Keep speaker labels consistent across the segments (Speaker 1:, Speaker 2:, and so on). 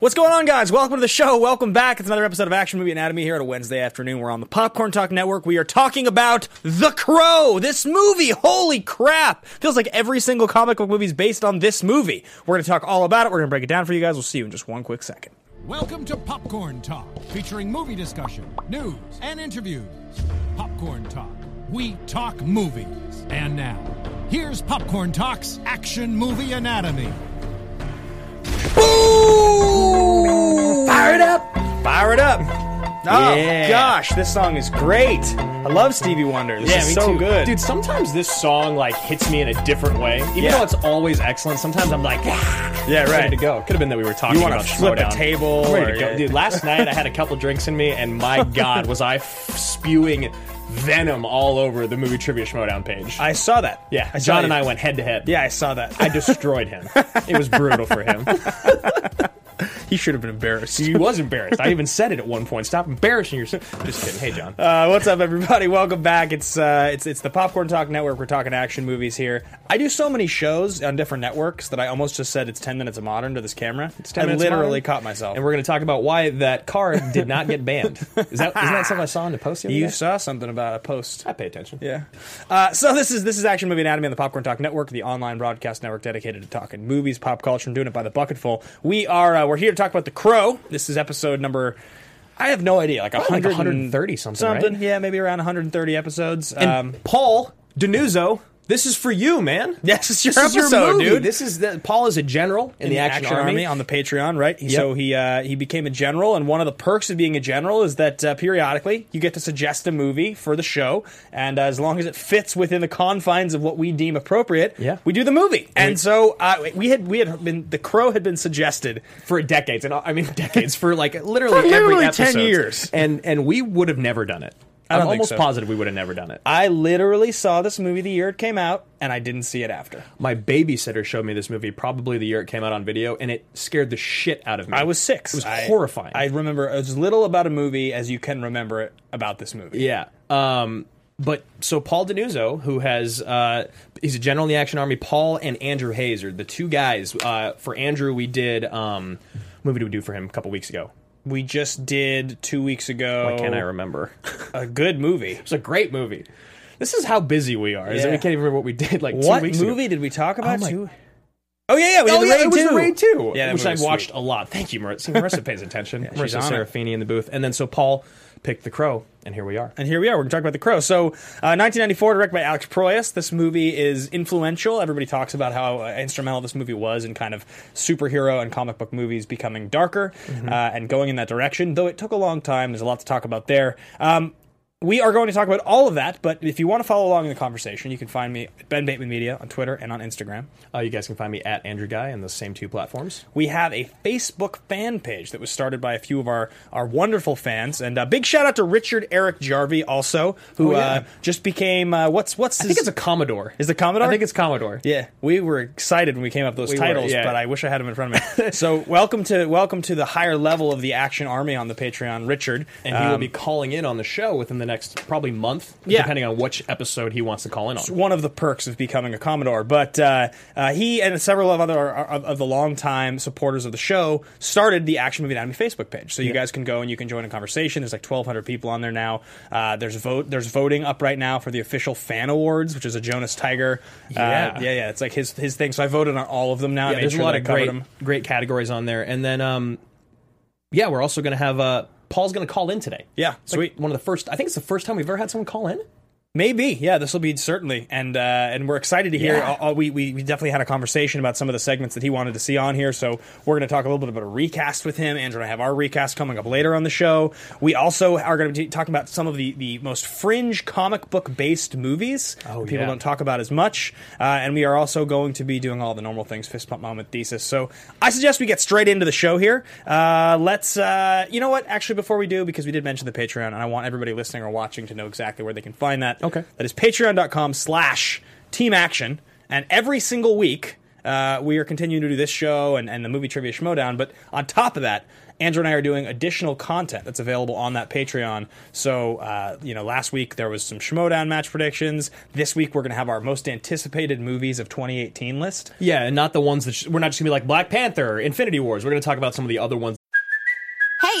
Speaker 1: What's going on, guys? Welcome to the show. Welcome back. It's another episode of Action Movie Anatomy here on a Wednesday afternoon. We're on the Popcorn Talk Network. We are talking about The Crow. This movie, holy crap! Feels like every single comic book movie is based on this movie. We're going to talk all about it. We're going to break it down for you guys. We'll see you in just one quick second.
Speaker 2: Welcome to Popcorn Talk, featuring movie discussion, news, and interviews. Popcorn Talk, we talk movies. And now, here's Popcorn Talk's Action Movie Anatomy.
Speaker 1: Boom! Fire it up! Fire it up! Oh
Speaker 3: Yeah.
Speaker 1: gosh, this song is great. I love Stevie Wonder. This is
Speaker 3: me
Speaker 1: so
Speaker 3: too.
Speaker 1: good.
Speaker 3: Dude, sometimes this song like hits me in a different way. Even
Speaker 1: Yeah.
Speaker 3: though it's always excellent, sometimes I'm like, ah,
Speaker 1: yeah,
Speaker 3: ready
Speaker 1: right.
Speaker 3: to go. Could have been that we were talking
Speaker 1: You wanna
Speaker 3: about
Speaker 1: flip a
Speaker 3: Schmodown.
Speaker 1: table
Speaker 3: I'm Ready
Speaker 1: or-
Speaker 3: to go. Dude, last night I had a couple drinks in me and my god, was I f- spewing venom all over the movie trivia Schmodown page.
Speaker 1: I saw that.
Speaker 3: yeah,
Speaker 1: I saw
Speaker 3: John
Speaker 1: you.
Speaker 3: and I went head to head.
Speaker 1: Yeah, I saw that.
Speaker 3: I destroyed him. It was brutal for him.
Speaker 1: he should have been embarrassed.
Speaker 3: He was embarrassed. I even said it at one point. Stop embarrassing yourself. Just kidding. Hey, John.
Speaker 1: Uh, what's up, everybody? Welcome back. It's uh, it's it's the Popcorn Talk Network. We're talking action movies here. I do so many shows on different networks that I almost just said it's ten minutes of modern to this camera. It's
Speaker 3: 10
Speaker 1: I
Speaker 3: minutes of
Speaker 1: literally
Speaker 3: modern.
Speaker 1: caught myself.
Speaker 3: and we're going to talk about why that car did not get banned. Is that isn't that something I saw in the post? The other
Speaker 1: you
Speaker 3: day?
Speaker 1: saw something about a post.
Speaker 3: I pay attention.
Speaker 1: Yeah. Uh, so this is this is Action Movie Anatomy on the Popcorn Talk Network, the online broadcast network dedicated to talking movies, pop culture, and doing it by the bucketful. We are uh, we're here to talk about The Crow. This is episode number. I have no idea, like
Speaker 3: Probably like
Speaker 1: 100 and-
Speaker 3: 130 something, right?
Speaker 1: Yeah, maybe around 130 episodes. um,
Speaker 3: Paul Denuzzo, this is for you, man.
Speaker 1: Yes, it's your
Speaker 3: this is
Speaker 1: episode,
Speaker 3: movie.
Speaker 1: dude.
Speaker 3: This is the, Paul is a general in, the, action, army.
Speaker 1: on the Patreon, right? He- So
Speaker 3: Yep.
Speaker 1: he uh, he became a general, and one of the perks of being a general is that uh, periodically you get to suggest a movie for the show, and uh, as long as it fits within the confines of what we deem appropriate,
Speaker 3: Yeah.
Speaker 1: we do the movie. And, so uh, we had we had been the crow had been suggested.
Speaker 3: for decades, and uh, I I mean decades for like literally
Speaker 1: For literally
Speaker 3: every
Speaker 1: 10
Speaker 3: episode.
Speaker 1: years.
Speaker 3: and and we would have never done it.
Speaker 1: I don't
Speaker 3: am
Speaker 1: think
Speaker 3: almost
Speaker 1: so.
Speaker 3: positive we would have never done it.
Speaker 1: I literally saw this movie the year it came out, and I didn't see it after.
Speaker 3: My babysitter showed me this movie probably the year it came out on video, and it scared the shit out of me.
Speaker 1: I was six.
Speaker 3: It was
Speaker 1: I-
Speaker 3: horrifying.
Speaker 1: I remember as little about a movie as you can remember it about this movie.
Speaker 3: Yeah. Um, but so Paul Denuzzo, who has uh, he's a general in the Action Army. Paul and Andrew Hayes are the two guys. Uh, for Andrew, we did um, what movie did we do for him a couple weeks ago?
Speaker 1: We just did two weeks ago.
Speaker 3: Why can't I remember? it
Speaker 1: a good movie.
Speaker 3: was a great movie. This is how busy we are. Is that
Speaker 1: Yeah.
Speaker 3: we can't even remember what we did like
Speaker 1: What
Speaker 3: two weeks ago.
Speaker 1: movie did we talk about?
Speaker 3: Oh my-
Speaker 1: Two- Oh yeah, yeah, we
Speaker 3: Oh,
Speaker 1: did the
Speaker 3: yeah,
Speaker 1: raid
Speaker 3: it was
Speaker 1: too.
Speaker 3: the raid too,
Speaker 1: Yeah, that
Speaker 3: which
Speaker 1: movie
Speaker 3: I've
Speaker 1: was
Speaker 3: watched
Speaker 1: sweet.
Speaker 3: a lot. Thank you, Marissa. See, Marissa pays attention.
Speaker 1: she's
Speaker 3: Marissa
Speaker 1: on it.
Speaker 3: Serafini in the booth, and then so Paul picked The Crow, and here we are.
Speaker 1: And here we are. We're going to talk about The Crow. So, uh, 1994, directed by Alex Proyas. This movie is influential. Everybody talks about how uh, instrumental this movie was in kind of superhero and comic book movies becoming darker uh, and going in that direction, though it took a long time. There's a lot to talk about there. Um, we are going to talk about all of that, but if you want to follow along in the conversation, you can find me at Ben Bateman Media on Twitter and on Instagram.
Speaker 3: Uh, you guys can find me at Andrew Guy on the same two platforms.
Speaker 1: we have a Facebook fan page that was started by a few of our, our wonderful fans. And uh, big shout out to Richard Eric Jarvey also, who
Speaker 3: Oh, yeah.
Speaker 1: uh, just became uh, what's what's
Speaker 3: I think it's a Commodore.
Speaker 1: Is it Commodore?
Speaker 3: I think it's Commodore.
Speaker 1: yeah, we were excited when we came up with those
Speaker 3: We were,
Speaker 1: titles,
Speaker 3: yeah.
Speaker 1: but I wish I had them in front of me. so welcome to welcome to the higher level of the Action Army on the Patreon, Richard.
Speaker 3: and he will be calling in on the show within the next probably month,
Speaker 1: Yeah.
Speaker 3: depending on which episode he wants to call in on.
Speaker 1: one of the perks of becoming a Commodore. But uh, uh, he and several of other of, of the longtime supporters of the show started the Action Movie Anatomy Facebook page, so you guys can go and you can join a conversation. There's like 1,200 people on there now. Uh, there's vote there's voting up right now for the official fan awards, which is a Jonas Tiger.
Speaker 3: Yeah.
Speaker 1: uh, yeah, yeah. It's like his his thing. So I voted on all of them now. I
Speaker 3: Yeah,
Speaker 1: made
Speaker 3: there's
Speaker 1: sure
Speaker 3: a lot
Speaker 1: that I
Speaker 3: of
Speaker 1: covered
Speaker 3: great,
Speaker 1: them.
Speaker 3: great categories on there, and then um, yeah, we're also going to have uh, Paul's going to call in today.
Speaker 1: Yeah,
Speaker 3: It's like
Speaker 1: sweet.
Speaker 3: one of the first. I think it's the first time we've ever had someone call in.
Speaker 1: Maybe, yeah. This will be certainly, and uh, and we're excited to hear.
Speaker 3: Yeah.
Speaker 1: Uh, we, we we definitely had a conversation about some of the segments that he wanted to see on here, so we're going to talk a little bit about a recast with him. Andrew and I have our recast coming up later on the show. We also are going to be talking about some of the the most fringe comic book based movies
Speaker 3: Oh,
Speaker 1: that people
Speaker 3: yeah.
Speaker 1: don't talk about as much, uh, and we are also going to be doing all the normal things: fist pump moment, thesis. So I suggest we get straight into the show here. Uh, let's, uh, you know what? Actually, before we do, because we did mention the Patreon, and I want everybody listening or watching to know exactly where they can find that.
Speaker 3: Okay.
Speaker 1: That is patreon.com slash team action. And every single week, Uh, we are continuing to do this show and, and the movie trivia schmodown, but on top of that, Andrew and I are doing additional content that's available on that Patreon. So, uh, you know, last week there was some Schmodown match predictions. This week we're going to have our most anticipated movies of 2018 list.
Speaker 3: Yeah, and not the ones that sh- we're not just gonna be like Black Panther, Infinity Wars. We're gonna talk about some of the other ones.
Speaker 4: Hey,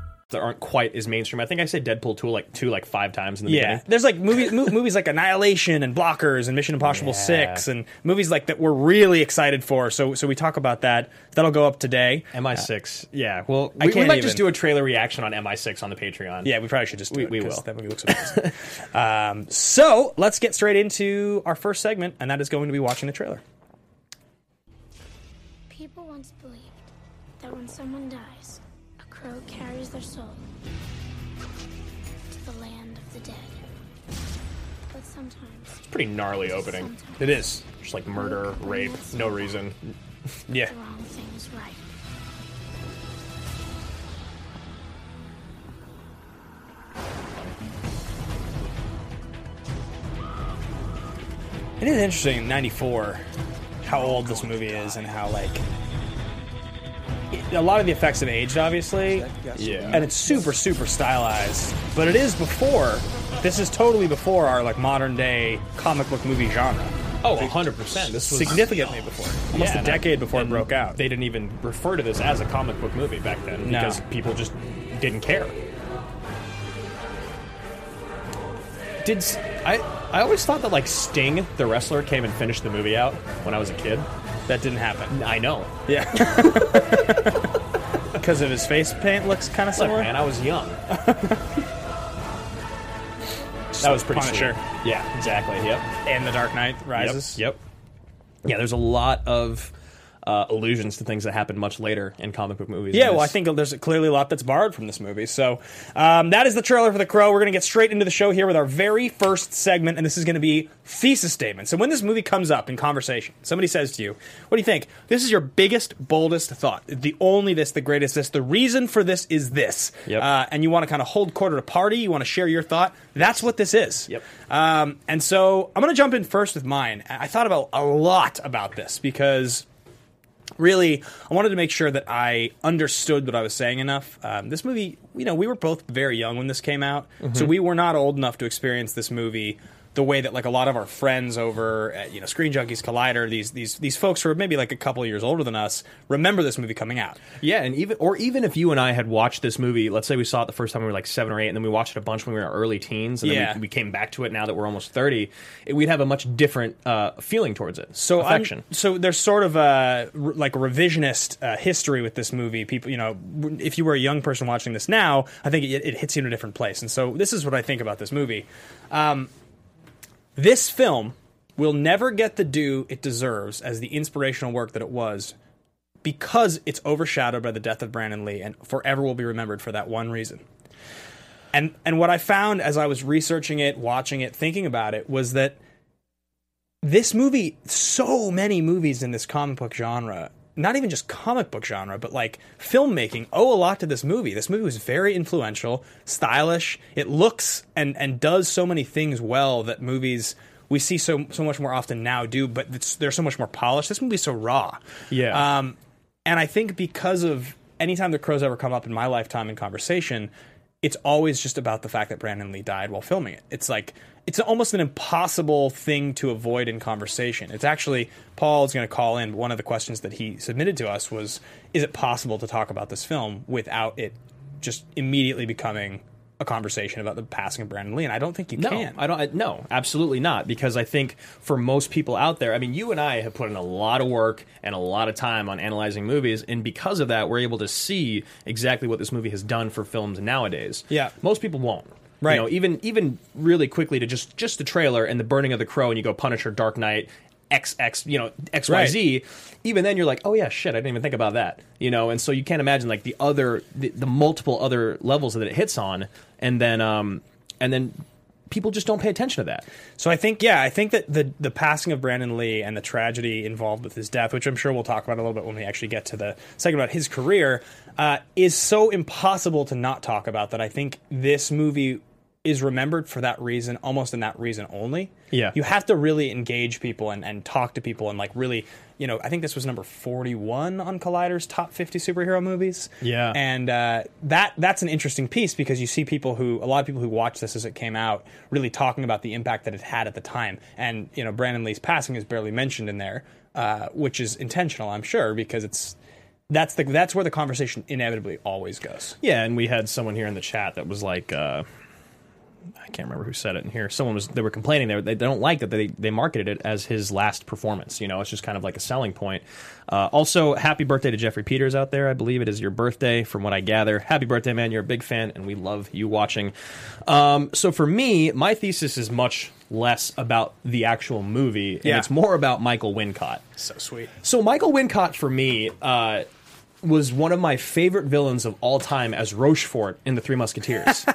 Speaker 3: that aren't quite as mainstream. I think I said Deadpool two like two like five times in the
Speaker 1: Yeah,
Speaker 3: beginning.
Speaker 1: there's like movies, mo- movies like Annihilation and Blockers and Mission Impossible
Speaker 3: Yeah.
Speaker 1: Six and movies like that we're really excited for. So, so we talk about that. That'll go up today.
Speaker 3: MI six. Yeah. Well,
Speaker 1: I
Speaker 3: we, we
Speaker 1: can't
Speaker 3: might just
Speaker 1: even.
Speaker 3: do a trailer reaction on MI six on the Patreon.
Speaker 1: Yeah, we probably should just do
Speaker 3: We-
Speaker 1: it,
Speaker 3: we
Speaker 1: 'cause
Speaker 3: will.
Speaker 1: That movie looks amazing. um, so let's get straight into our first segment, and that is going to be watching the trailer.
Speaker 5: People once believed that when someone dies, a crow carries their soul to the land of the dead. But sometimes
Speaker 3: Pretty gnarly opening.
Speaker 5: Sometimes
Speaker 3: It is just like murder, rape, no reason. Yeah.
Speaker 5: the wrong thing is right.
Speaker 1: It is interesting, 94, how old this movie is and how, like, it- a lot of the effects have aged, obviously,
Speaker 3: Yeah.
Speaker 1: and it's super, super stylized, but it is before, this is totally before our, like, modern day comic book movie genre.
Speaker 3: oh, 100 percent. This was
Speaker 1: Significantly before. Almost
Speaker 3: Yeah,
Speaker 1: a
Speaker 3: and I-
Speaker 1: decade before it broke out.
Speaker 3: They didn't even refer to this as a comic book movie back then
Speaker 1: No.
Speaker 3: because people just didn't care. Did s- I? I always thought that like Sting, the wrestler, came and finished the movie out when I was a kid.
Speaker 1: that didn't happen.
Speaker 3: I know.
Speaker 1: Yeah. Because of his face paint looks kind of
Speaker 3: Look,
Speaker 1: similar.
Speaker 3: man, I was young. that was pretty
Speaker 1: Punisher.
Speaker 3: sweet. Yeah, exactly. Yep.
Speaker 1: and The Dark Knight Rises.
Speaker 3: Yep. yep. Yeah, there's a lot of uh, allusions to things that happened much later in comic book movies.
Speaker 1: Yeah,
Speaker 3: And
Speaker 1: well, I
Speaker 3: this-
Speaker 1: think there's clearly a lot that's borrowed from this movie. So um, that is the trailer for The Crow. We're going to get straight into the show here with our very first segment, and this is going to be thesis statements. So when this movie comes up in conversation, somebody says to you, What do you think? This is your biggest, boldest thought. The only this, the greatest this. The reason for this is this.
Speaker 3: Yep.
Speaker 1: Uh, and you want to kind of hold quarter to party. You want to share your thought. That's what this is.
Speaker 3: Yep.
Speaker 1: Um, and so I'm going to jump in first with mine. I I thought about a lot about this because really, I wanted to make sure that I understood what I was saying enough. Um, this movie, you know, we were both very young when this came out, so we were not old enough to experience this movie the way that like a lot of our friends over at you know Screen Junkies Collider, these these these folks who are maybe like a couple years older than us remember this movie coming out.
Speaker 3: Yeah, and even or even if you and I had watched this movie, let's say we saw it the first time we were like seven or eight, and then we watched it a bunch when we were in our early teens, and
Speaker 1: Yeah.
Speaker 3: then we, we came back to it now that we're almost thirty, it, we'd have a much different uh, feeling towards it.
Speaker 1: So I'm-
Speaker 3: affection.
Speaker 1: so there's sort of a re- like revisionist uh, history with this movie. People, you know, w- if you were a young person watching this now, I think it, it hits you in a different place. And so this is what I think about this movie. Um, this film will never get the due it deserves as the inspirational work that it was because it's overshadowed by the death of Brandon Lee and forever will be remembered for that one reason. And and what I found as I was researching it, watching it, thinking about it was that this movie, so many movies in this comic book genre, not even just comic book genre, but like filmmaking, owe a lot to this movie. This movie was very influential, stylish. It looks and and does so many things well that movies we see so so much more often now do, but it's, they're so much more polished. This movie's so raw.
Speaker 3: Yeah.
Speaker 1: Um, and I think because of anytime the crows ever come up in my lifetime in conversation, it's always just about the fact that Brandon Lee died while filming it. It's like it's almost an impossible thing to avoid in conversation. It's actually Paul is going to call in. but One of the questions that he submitted to us was, "Is it possible to talk about this film without it just immediately becoming a conversation about the passing of Brandon Lee?" And I don't think you
Speaker 3: no,
Speaker 1: can.
Speaker 3: I don't. I, no, absolutely not. Because I think for most people out there, I mean, you and I have put in a lot of work and a lot of time on analyzing movies, and because of that, we're able to see exactly what this movie has done for films nowadays.
Speaker 1: Yeah.
Speaker 3: most people won't.
Speaker 1: Right.
Speaker 3: You know, even even really quickly to just just the trailer and the burning of the crow, and you go Punisher, Dark Knight. XX, you know, XYZ, even then you're like, oh yeah, shit, I didn't even think about that, you know, and so you can't imagine like the other, the, the multiple other levels that it hits on, and then, um, and then people just don't pay attention to that.
Speaker 1: So I think, yeah, I think that the the passing of Brandon Lee and the tragedy involved with his death, which I'm sure we'll talk about a little bit when we actually get to the segment about his career, uh, is so impossible to not talk about that I think this movie is remembered for that reason, almost in that reason only.
Speaker 3: Yeah.
Speaker 1: You have to really engage people and, and talk to people and like really, you know, I think this was number 41 on Collider's top 50 superhero movies.
Speaker 3: Yeah.
Speaker 1: And and uh, that that's an interesting piece because you see people who a lot of people who watched this as it came out really talking about the impact that it had at the time, and you know Brandon Lee's passing is barely mentioned in there, uh, which is intentional, I'm sure, because it's that's the that's where the conversation inevitably always goes.
Speaker 3: Yeah, and we had someone here in the chat that was like, uh, I can't remember who said it in here. Someone was they were complaining they, were- they don't like that they they marketed it as his last performance. You know, it's just kind of like a selling point. Uh, also, happy birthday to Jeffrey Peters out there. I believe it is your birthday, from what I gather. Happy birthday, man! You're a big fan, and we love you watching. Um, so for me, my thesis is much less about the actual movie, and
Speaker 1: Yeah.
Speaker 3: it's more about Michael Wincott.
Speaker 1: So sweet.
Speaker 3: So Michael Wincott for me uh, was one of my favorite villains of all time as Rochefort in The Three Musketeers.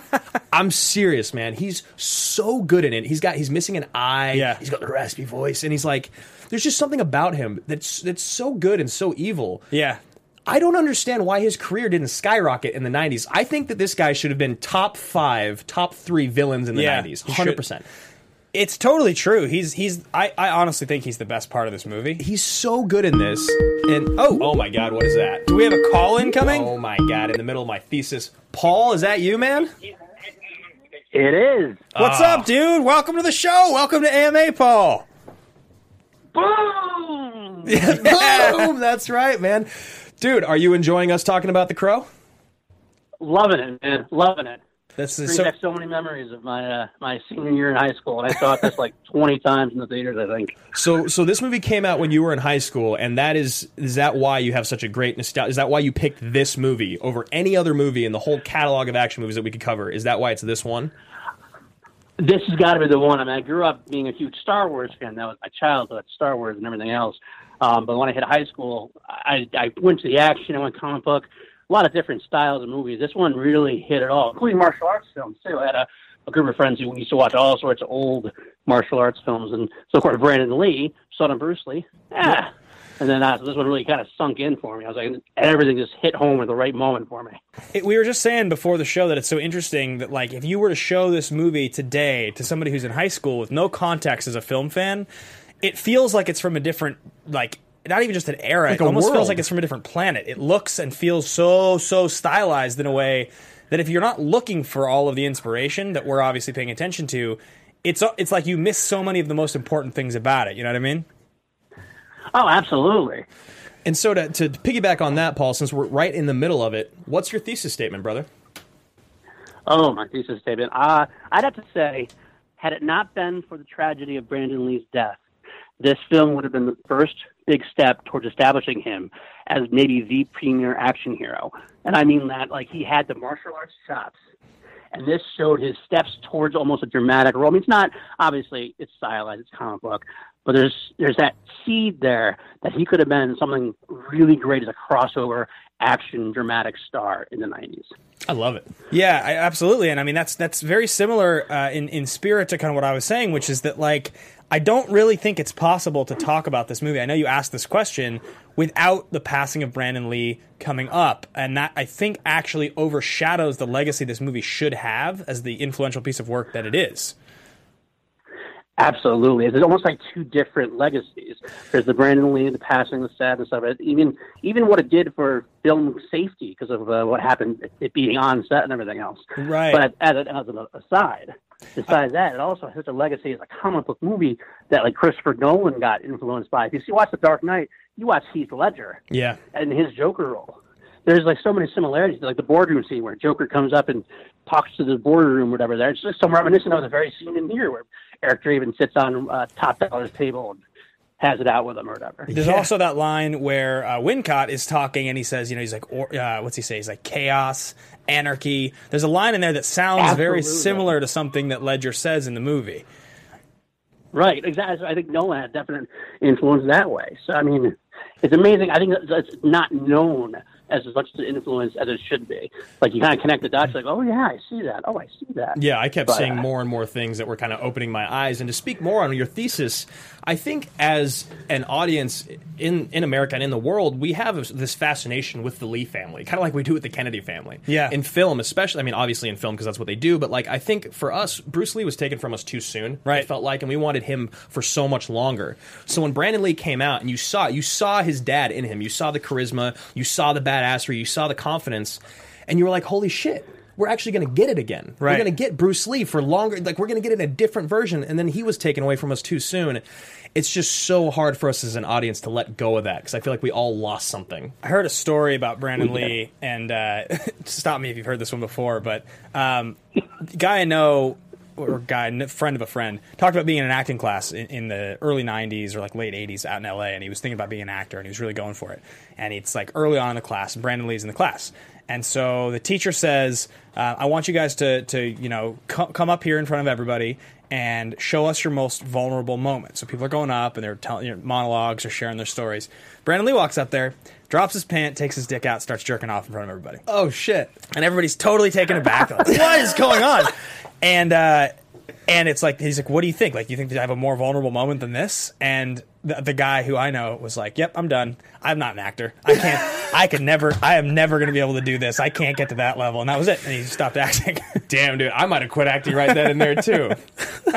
Speaker 3: I'm serious, man. He's so good in it. He's got he's missing an eye.
Speaker 1: Yeah.
Speaker 3: He's got the raspy voice, and he's like, there's just something about him that's that's so good and so evil.
Speaker 1: Yeah.
Speaker 3: I don't understand why his career didn't skyrocket in the 90s. I think that this guy should have been top five, top three villains in the
Speaker 1: Yeah,
Speaker 3: 90s.
Speaker 1: he should.
Speaker 3: 100%.
Speaker 1: It's totally true. He's he's I, I honestly think he's the best part of this movie.
Speaker 3: He's so good in this. And oh, oh my God, what is that?
Speaker 1: Do we have a call incoming?
Speaker 3: Oh my god! In the middle of my thesis, Paul, is that you, man?
Speaker 6: It is.
Speaker 1: What's up, dude? Welcome to the show. Welcome to AMA, Paul.
Speaker 6: Boom!
Speaker 3: Boom! That's right, man. Dude, are you enjoying us talking about the crow?
Speaker 6: Loving it, man. Loving it.
Speaker 1: This is
Speaker 6: Brings
Speaker 1: so
Speaker 6: back so many memories of my uh, my senior year in high school, and I saw it this like 20 times in the theaters, I think.
Speaker 3: So, so this movie came out when you were in high school, and that is is that why you have such a great nostalgia? Is that why you picked this movie over any other movie in the whole catalog of action movies that we could cover? Is that why it's this one?
Speaker 6: This has got to be the one. I mean, I grew up being a huge Star Wars fan. That was my childhood, Star Wars and everything else. Um, but when I hit high school, I, I went to the action. I went comic book, a lot of different styles of movies. This one really hit it all, including martial arts films too. I had a, a group of friends who used to watch all sorts of old martial arts films, and so of course Brandon Lee, son of Bruce Lee. Yeah. And then uh, so this one really kind of sunk in for me. I was like, everything just hit home at the right moment for me.
Speaker 1: It- we were just saying before the show that it's so interesting that like if you were to show this movie today to somebody who's in high school with no context as a film fan, it feels like it's from a different like not even just an era. it
Speaker 3: a
Speaker 1: almost
Speaker 3: world.
Speaker 1: feels like it's from a different planet. It looks and feels so so stylized in a way that if you're not looking for all of the inspiration that we're obviously paying attention to, it's it's like you miss so many of the most important things about it. You know what I mean?
Speaker 6: Oh, absolutely.
Speaker 3: And so, to, to piggyback on that, Paul, since we're right in the middle of it, what's your thesis statement, brother?
Speaker 6: Oh, my thesis statement. Uh, I'd have to say, had it not been for the tragedy of Brandon Lee's death, this film would have been the first big step towards establishing him as maybe the premier action hero. And I mean that, like, he had the martial arts chops. And this showed his steps towards almost a dramatic role. I mean, it's not, obviously, it's stylized, it's comic book, but there's there's that seed there that he could have been something really great as a crossover action dramatic star in the 90s.
Speaker 3: I love it.
Speaker 1: Yeah, I, absolutely, and I mean that's that's very similar uh, in in spirit to kind of what I was saying, which is that like I don't really think it's possible to talk about this movie. I know you asked this question without the passing of Brandon Lee coming up, and that I think actually overshadows the legacy this movie should have as the influential piece of work that it is.
Speaker 6: Absolutely, it's almost like two different legacies. There's the Brandon Lee, the passing, the sadness of it. Even even what it did for film safety because of uh, what happened, it being on set and everything else.
Speaker 1: Right.
Speaker 6: But as, an- as an aside, besides that, it also has such a legacy as a comic book movie that like Christopher Nolan got influenced by. If you see, watch The Dark Knight, you watch Heath Ledger
Speaker 3: Yeah,
Speaker 6: and his Joker role. There's like so many similarities, like the boardroom scene where Joker comes up and talks to the boardroom, whatever. There, it's just some reminiscent of the very scene in here where Eric Draven sits on uh, Top Dollar's table and has it out with him or whatever.
Speaker 1: There's also that line where uh, Wincott is talking and he says, you know, he's like, or, uh, what's he say? He's like, chaos, anarchy. There's a line in there that sounds very
Speaker 6: Absolutely.
Speaker 1: similar to something that Ledger says in the movie.
Speaker 6: Right, exactly. I think Nolan had definite influence that way. So I mean, it's amazing. I think that- that's not known as much to influence as it should be. Like you kind of connect the dots, like, oh yeah, I see that. Oh, I see that.
Speaker 3: Yeah, I kept
Speaker 6: But,
Speaker 3: seeing
Speaker 6: uh,
Speaker 3: more and more things that were kind of opening my eyes. And to speak more on your thesis, I think as an audience in in America and in the world, we have this fascination with the Lee family, kind of like we do with the Kennedy family.
Speaker 1: Yeah.
Speaker 3: in film, especially. I mean, obviously in film because that's what they do. But like, I think for us, Bruce Lee was taken from us too soon.
Speaker 1: Right.
Speaker 3: it felt like, and we wanted him for so much longer. So when Brandon Lee came out, and you saw you saw his dad in him, you saw the charisma, you saw the badassery, you saw the confidence, and you were like, holy shit. We're actually going to get it again.
Speaker 1: Right.
Speaker 3: We're going to get Bruce Lee for longer. Like we're going to get it in a different version, and then he was taken away from us too soon. It's just so hard for us as an audience to let go of that because I feel like we all lost something.
Speaker 1: I heard a story about Brandon Lee, and uh, stop me if you've heard this one before, but um, the guy I know, or guy, n- friend of a friend, talked about being in an acting class in, in the early 90s or like late 80s out in LA, and he was thinking about being an actor, and he was really going for it. And it's like early on in the class, and Brandon Lee's in the class. And so the teacher says, uh, I want you guys to, to you know, co- come up here in front of everybody and show us your most vulnerable moment. So people are going up and they're telling you know, monologues or sharing their stories. Brandon Lee walks up there, drops his pant, takes his dick out, starts jerking off in front of everybody.
Speaker 3: Oh shit!
Speaker 1: And everybody's totally taken aback. They're Like, what is going on? And uh, and it's like he's like, what do you think? Like, you think that I have a more vulnerable moment than this? And the, the guy who I know was like, yep, I'm done. I'm not an actor. I can't. I could never. I am never going to be able to do this. I can't get to that level. And that was it. And he stopped acting.
Speaker 3: Damn, dude, I might have quit acting right then and there too.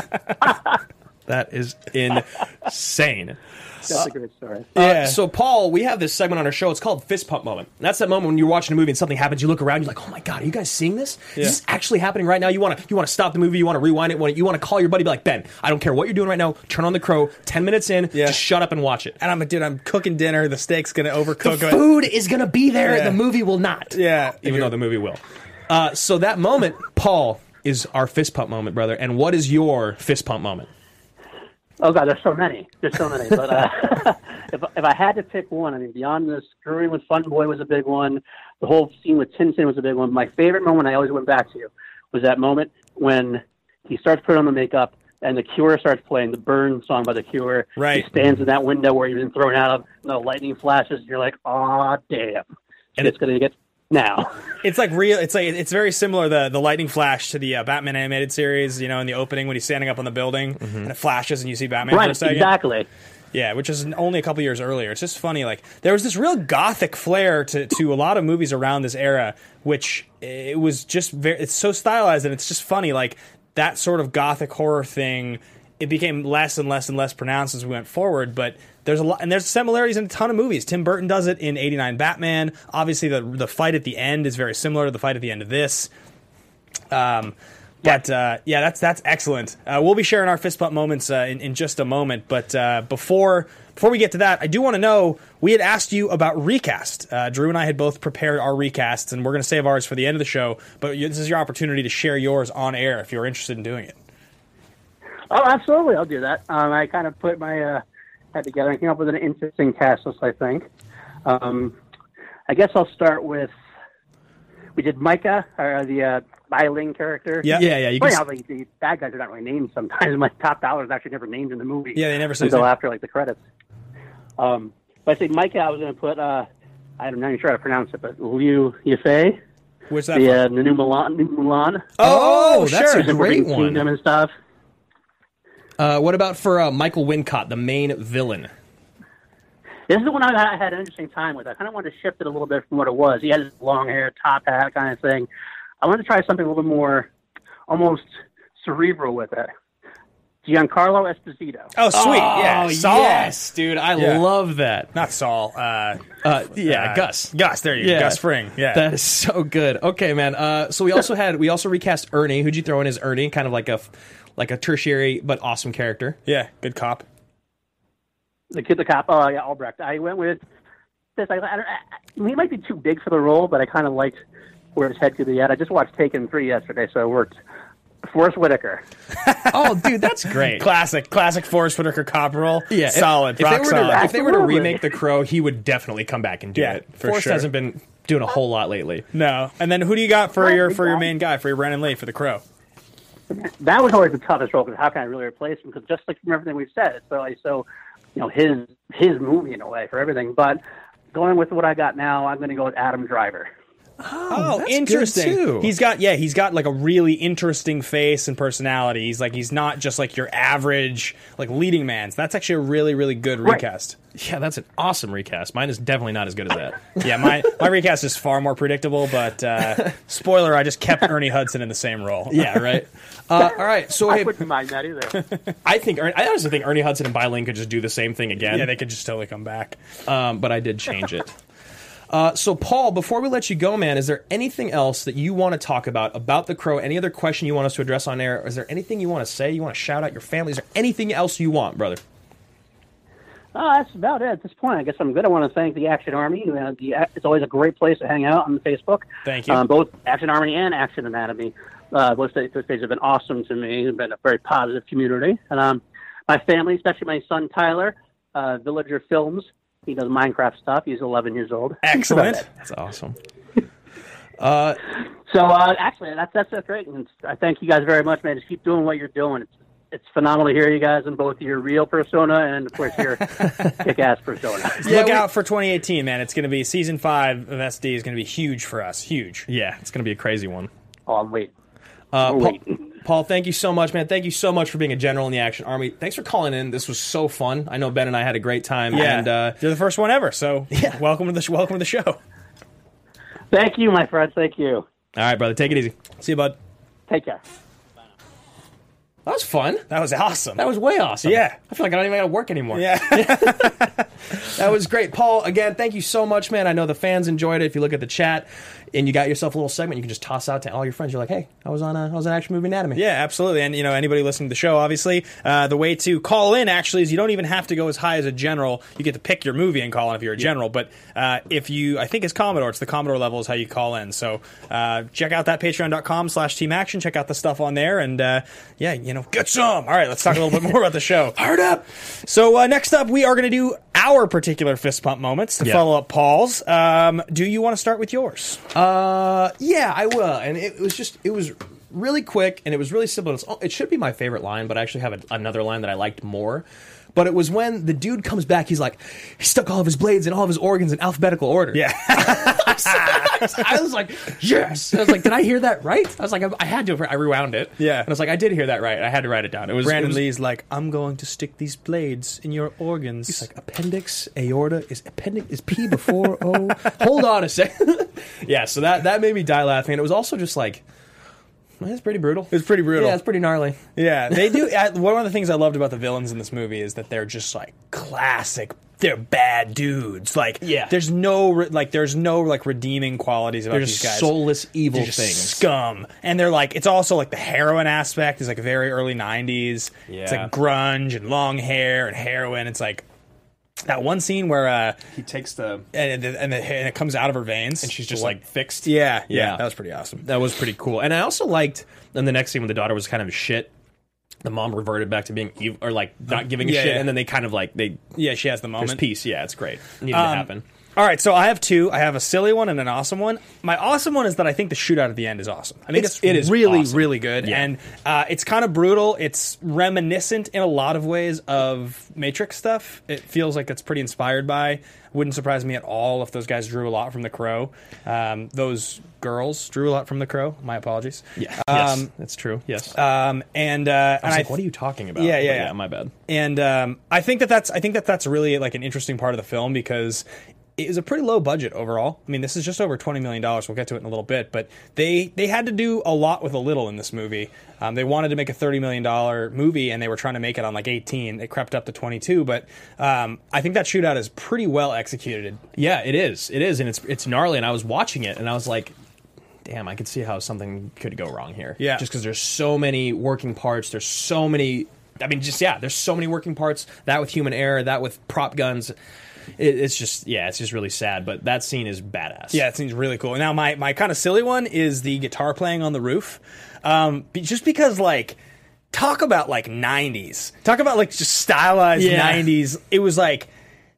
Speaker 3: that is insane.
Speaker 6: That's a great story.
Speaker 1: yeah.
Speaker 3: Uh, So, Paul, we have this segment on our show. It's called Fist Pump Moment. And that's that moment when you're watching a movie and something happens. You look around, you're like, "Oh my god, are you guys seeing this?
Speaker 1: Yeah.
Speaker 3: Is this actually happening right now?" You want to you want to stop the movie. You want to rewind it. You want to call your buddy, be like, "Ben, I don't care what you're doing right now. Turn on the Crow. Ten minutes in,
Speaker 1: Yeah.
Speaker 3: just shut up and watch it."
Speaker 1: and I'm like, dude, I'm cooking dinner. The steak's gonna overcook. it.
Speaker 3: Food is gonna be there.
Speaker 1: Yeah.
Speaker 3: The movie will not.
Speaker 1: Yeah.
Speaker 3: even though the movie will. Uh, so that moment, Paul, is our fist pump moment, brother. And what is your fist pump moment?
Speaker 6: Oh god, there's so many. There's so many. But uh, if if I had to pick one, I mean, beyond this, screwing with Fun Boy was a big one. The whole scene with Tintin was a big one. My favorite moment I always went back to was that moment when he starts putting on the makeup and the Cure starts playing the Burn song by the Cure.
Speaker 1: Right.
Speaker 6: He stands in that window where he's been thrown out of, and the lightning flashes, and you're like, ah, damn, and it's gonna get now.
Speaker 1: it's like real. It's like it's very similar the the lightning flash to the uh, Batman animated series. You know, in the opening when he's standing up on the building and it flashes and you see Batman for a
Speaker 6: right,
Speaker 1: second.
Speaker 6: exactly.
Speaker 1: Yeah, which is only a couple years earlier. It's just funny. Like there was this real gothic flair to to a lot of movies around this era, which it was just very. It's so stylized and it's just funny. Like that sort of gothic horror thing. It became less and less and less pronounced as we went forward, but there's a lot and there's similarities in a ton of movies. Tim Burton does it in '89 Batman. Obviously, the the fight at the end is very similar to the fight at the end of this. Um, but uh, yeah, that's that's excellent. Uh, we'll be sharing our fist bump moments uh, in, in just a moment. But uh, before before we get to that, I do want to know we had asked you about recast. Uh, Drew and I had both prepared our recasts, and we're going to save ours for the end of the show. But you, this is your opportunity to share yours on air if you're interested in doing it.
Speaker 6: Oh, absolutely, I'll do that. Um, I kind of put my uh, head together and came up with an interesting cast list. I think. Um, I guess I'll start with we did Micah, or uh, the uh, Eileen character.
Speaker 1: Yeah.
Speaker 3: Yeah, yeah. You
Speaker 6: Funny
Speaker 3: can
Speaker 6: how the, the bad guys are not really named sometimes. My top dollar is actually never named in the movie.
Speaker 1: Yeah, they never say his
Speaker 6: until
Speaker 1: name.
Speaker 6: after like the credits. Um, but I think Micah, I was going to put. Uh, I'm not even sure how to pronounce it, but Liu Yifei,
Speaker 1: Where's that?
Speaker 6: the
Speaker 1: from?
Speaker 6: uh, the new Mulan, new Mulan,
Speaker 3: Oh, that's
Speaker 1: sure.
Speaker 3: a great
Speaker 6: Forbidden Kingdom
Speaker 3: one.
Speaker 6: and stuff.
Speaker 3: Uh, what about for uh, Michael Wincott, the main villain?
Speaker 6: This is the one I I had an interesting time with. I kind of wanted to shift it a little bit from what it was. He had his long hair, top hat kind of thing. I wanted to try something a little bit more almost cerebral with it. Giancarlo Esposito.
Speaker 1: Oh, sweet. yeah, Saul.
Speaker 3: yes, dude, I
Speaker 1: Yeah.
Speaker 3: love that.
Speaker 1: Not Saul. Uh,
Speaker 3: Uh, yeah,
Speaker 1: uh,
Speaker 3: Gus.
Speaker 1: Gus. There you go.
Speaker 3: Yeah.
Speaker 1: Gus Fring. Yeah.
Speaker 3: That is so good. Okay, man. Uh, so we also had we also recast Ernie. Who'd you throw in as Ernie? Kind of like a f- like a tertiary but awesome character.
Speaker 1: yeah. Good cop.
Speaker 6: The kid, the cop. Oh, yeah, Albrecht. I went with this. I, I, don't- I, he might be too big for the role, but I kind of liked where his head could be at. I just watched Taken 3 yesterday, so it worked. Forrest Whitaker.
Speaker 3: Oh, dude, that's great.
Speaker 1: Classic. Classic Forrest Whitaker cop role.
Speaker 3: Yeah, if-
Speaker 1: Solid.
Speaker 3: If,
Speaker 1: rock
Speaker 3: they were
Speaker 1: solid.
Speaker 3: To, if they were to
Speaker 6: Absolutely.
Speaker 3: remake The Crow, he would definitely come back and do
Speaker 1: Yeah,
Speaker 3: it.
Speaker 1: for
Speaker 3: Forrest
Speaker 1: sure.
Speaker 3: hasn't been doing a whole lot lately.
Speaker 1: No. And then who do you got for
Speaker 6: Well,
Speaker 1: your
Speaker 6: big
Speaker 1: for your
Speaker 6: guy.
Speaker 1: main guy for your Brandon Lee for the Crow?
Speaker 6: that was always the toughest role because how can I really replace him? Because just like from everything we've said, it's really so, you know, his his movie in a way for everything. But going with what I got now, I'm going to go with Adam Driver.
Speaker 1: Oh,
Speaker 3: that's good,
Speaker 1: interesting.
Speaker 3: too.
Speaker 1: He's got yeah, he's got like a really interesting face and personality. He's like he's not just like your average like leading man. So that's actually a really really good recast.
Speaker 3: Yeah, that's an awesome recast. Mine is definitely not as good as that.
Speaker 1: Yeah, my my recast is far more predictable, but uh, spoiler, I just kept Ernie Hudson in the same role.
Speaker 3: yeah, right. Uh, all right, so
Speaker 6: I
Speaker 3: hey,
Speaker 6: wouldn't mind that either.
Speaker 3: I think Ernie, I honestly think Ernie Hudson and Bylane could just do the same thing again.
Speaker 1: Yeah, they could just totally come back.
Speaker 3: um, but I did change it. Uh, so, Paul, before we let you go, man, is there anything else that you want to talk about about the crow? Any other question you want us to address on air? Is there anything you want to say? You want to shout out your family? Is there anything else you want, brother?
Speaker 6: Oh, that's about it at this point. I guess I'm good. I want to thank the Action Army. Uh, the, it's always a great place to hang out on Facebook.
Speaker 1: Thank you.
Speaker 6: Um, both Action Army and Action Anatomy. Uh, both sta- those stages have been awesome to me. It's been a very positive community. And um, my family, especially my son Tyler, uh, Villager Films. He does Minecraft stuff. He's 11 years old.
Speaker 1: Excellent.
Speaker 3: That's awesome.
Speaker 6: So uh, actually, that's that's that's great. And I thank you guys very much, man. Just keep doing what you're doing. It's it's phenomenal to hear you guys in both your real persona and of course your kick-ass persona.
Speaker 1: Look out for 2018, man. It's going to be season five of SD is going to be huge for us. Huge.
Speaker 3: Yeah, it's going to be a crazy one.
Speaker 6: Oh, I'm waiting.
Speaker 3: Uh, Paul,
Speaker 6: We're waiting.
Speaker 3: Paul, thank you so much, man. Thank you so much for being a general in the Action Army. Thanks for calling in. This was so fun. I know Ben and I had a great time.
Speaker 1: Yeah,
Speaker 3: And, uh,
Speaker 1: you're the first one ever, so welcome to the sh- welcome to the show.
Speaker 6: Thank you, my friends. Thank you.
Speaker 3: all right, brother, take it easy.
Speaker 1: See you, bud.
Speaker 6: Take care.
Speaker 3: That was fun.
Speaker 1: That was awesome.
Speaker 3: That was way awesome.
Speaker 1: Yeah.
Speaker 3: I feel like I don't even got to work anymore.
Speaker 1: yeah.
Speaker 3: That was great, Paul. Again, thank you so much, man. I know the fans enjoyed it. If you look at the chat, and you got yourself a little segment, you can just toss out to all your friends. You're like, hey, I was on, uh, I was on Action Movie Anatomy.
Speaker 1: Yeah, absolutely. And you know, anybody listening to the show, obviously, uh, the way to call in actually is you don't even have to go as high as a general. You get to pick your movie and call in if you're a general. But uh, if you, I think it's Commodore. It's the Commodore level is how you call in. So uh, check out that Patreon.com/slash Team Action. Check out the stuff on there, and uh, yeah, you know, get some. All right, let's talk a little bit more about the show.
Speaker 3: Hard up.
Speaker 1: So uh, next up, we are going to do our particular fist pump moments to
Speaker 3: Yeah.
Speaker 1: follow up Paul's. Um, do you want to start with yours?
Speaker 3: Uh, yeah, I will. And it was just, it was really quick and it was really simple. It's, it should be my favorite line, but I actually have a, another line that I liked more. But it was when the dude comes back, he's like, he stuck all of his blades and all of his organs in alphabetical order.
Speaker 1: Yeah.
Speaker 3: I was like, yes. I was like, did I hear that right? I was like, I, I had to. I rewound it.
Speaker 1: Yeah.
Speaker 3: And I was like, I did hear that right. I had to write it down. It was it
Speaker 1: Brandon
Speaker 3: was-
Speaker 1: Lee's like, I'm going to stick these blades in your organs.
Speaker 3: It's like appendix, aorta is appendix is P before O. Hold on a second. yeah, so that that made me die laughing. And it was also just like that's pretty brutal.
Speaker 1: It's pretty brutal.
Speaker 3: Yeah, it's pretty gnarly.
Speaker 1: Yeah, they do. I, one of the things I loved about the villains in this movie is that they're just like classic. They're bad dudes. Like,
Speaker 3: Yeah.
Speaker 1: there's no re- like, there's no like redeeming qualities about
Speaker 3: They're
Speaker 1: these
Speaker 3: just
Speaker 1: guys.
Speaker 3: soulless evil
Speaker 1: They're just
Speaker 3: things.
Speaker 1: scum, and they're like, it's also like the heroin aspect is like very early '90s. It's
Speaker 3: Yeah.
Speaker 1: like grunge and long hair and heroin. It's like that one scene where uh
Speaker 3: He takes the
Speaker 1: and and, and, the, and it comes out of her veins
Speaker 3: and she's just
Speaker 1: Blood.
Speaker 3: like fixed.
Speaker 1: yeah, yeah
Speaker 3: Yeah.
Speaker 1: that was pretty awesome
Speaker 3: That was pretty cool. And I also liked and the next scene when the daughter was kind of shit. The mom reverted back to being evil or like not giving a
Speaker 1: Uh, Yeah,
Speaker 3: shit,
Speaker 1: yeah.
Speaker 3: and then they kind of like they
Speaker 1: yeah she has the
Speaker 3: there's
Speaker 1: moment
Speaker 3: peace. Yeah, it's great. Needed to
Speaker 1: Um,
Speaker 3: happen.
Speaker 1: All right, so I have two. I have a silly one and an awesome one. My awesome one is that I think the shootout at the end is awesome. I think
Speaker 3: It's-
Speaker 1: it's,
Speaker 3: it is
Speaker 1: really,
Speaker 3: awesome.
Speaker 1: really good,
Speaker 3: Yeah.
Speaker 1: and uh, it's kind of brutal. It's reminiscent in a lot of ways of Matrix stuff. It feels like it's pretty inspired by. Wouldn't surprise me at all if those guys drew a lot from The Crow. Um, those girls drew a lot from The Crow. My apologies.
Speaker 3: Yeah,
Speaker 1: Um,
Speaker 3: yes, that's true. Yes,
Speaker 1: um, and uh,
Speaker 3: I was
Speaker 1: and
Speaker 3: like,
Speaker 1: I
Speaker 3: what are you talking about?
Speaker 1: Yeah,
Speaker 3: But
Speaker 1: yeah, yeah.
Speaker 3: My bad.
Speaker 1: and um, I think that that's I think that that's really like an interesting part of the film because it was a pretty low budget overall. I mean, this is just over twenty million dollars. We'll get to it in a little bit, but they they had to do a lot with a little in this movie. Um, they wanted to make a thirty million dollar movie, and they were trying to make it on like eighteen. It crept up to twenty two, but um, I think that shootout is pretty well executed.
Speaker 3: Yeah, it is. It is, and it's it's gnarly. And I was watching it, and I was like, "Damn, I could see how something could go wrong here."
Speaker 1: Yeah.
Speaker 3: just because there's so many working parts. There's so many. I mean, just yeah, there's so many working parts. That with human error, that with prop guns. It, it's just yeah, it's just really sad. But that scene is badass.
Speaker 1: Yeah, it seems really cool. Now, my, my kind of silly one is the guitar playing on the roof. Um, be- just because, like, talk about, like, 90s. Talk about, like, just stylized
Speaker 3: Yeah.
Speaker 1: 90s. It was like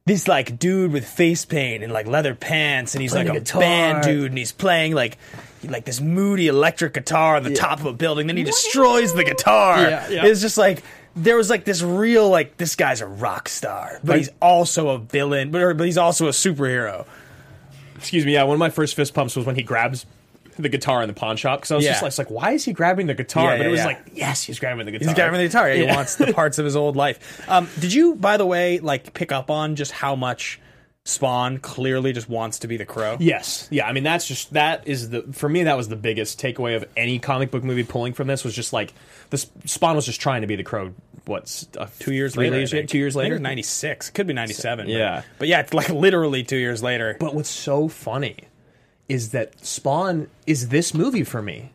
Speaker 1: this, like, dude with face paint and, like, leather pants, and he's
Speaker 3: Playing
Speaker 1: like
Speaker 3: a
Speaker 1: a
Speaker 3: guitar.
Speaker 1: band dude, and he's playing, like, like this moody electric guitar on the top of a building. Then he destroys the guitar.
Speaker 3: Yeah, yeah.
Speaker 1: It's just like there was like this real like this guy's a rock star, but
Speaker 3: Like-
Speaker 1: he's also a villain, but, or- but he's also a superhero.
Speaker 3: excuse me, yeah, one of my first fist pumps was when he grabs the guitar in the pawn shop because I was
Speaker 1: Yeah.
Speaker 3: just like, it's like, why is he grabbing the guitar?
Speaker 1: Yeah,
Speaker 3: but
Speaker 1: yeah,
Speaker 3: it was
Speaker 1: yeah.
Speaker 3: like, yes, he's grabbing the guitar.
Speaker 1: He's grabbing the guitar. He
Speaker 3: Yeah.
Speaker 1: wants the parts of his old life. Um, did you, by the way, like pick up on just how much Spawn clearly just wants to be the Crow?
Speaker 3: Yes, yeah. I mean, that's just that is the for me that was the biggest takeaway of any comic book movie pulling from this was just like the S- Spawn was just trying to be the Crow. What's uh,
Speaker 1: Two years
Speaker 3: three
Speaker 1: later,
Speaker 3: years-
Speaker 1: I think.
Speaker 3: two years
Speaker 1: I think it
Speaker 3: later,
Speaker 1: was ninety six. Could be ninety seven.
Speaker 3: Yeah.
Speaker 1: but, but yeah, it's like literally two years later.
Speaker 3: But what's so funny is that Spawn is this movie for me.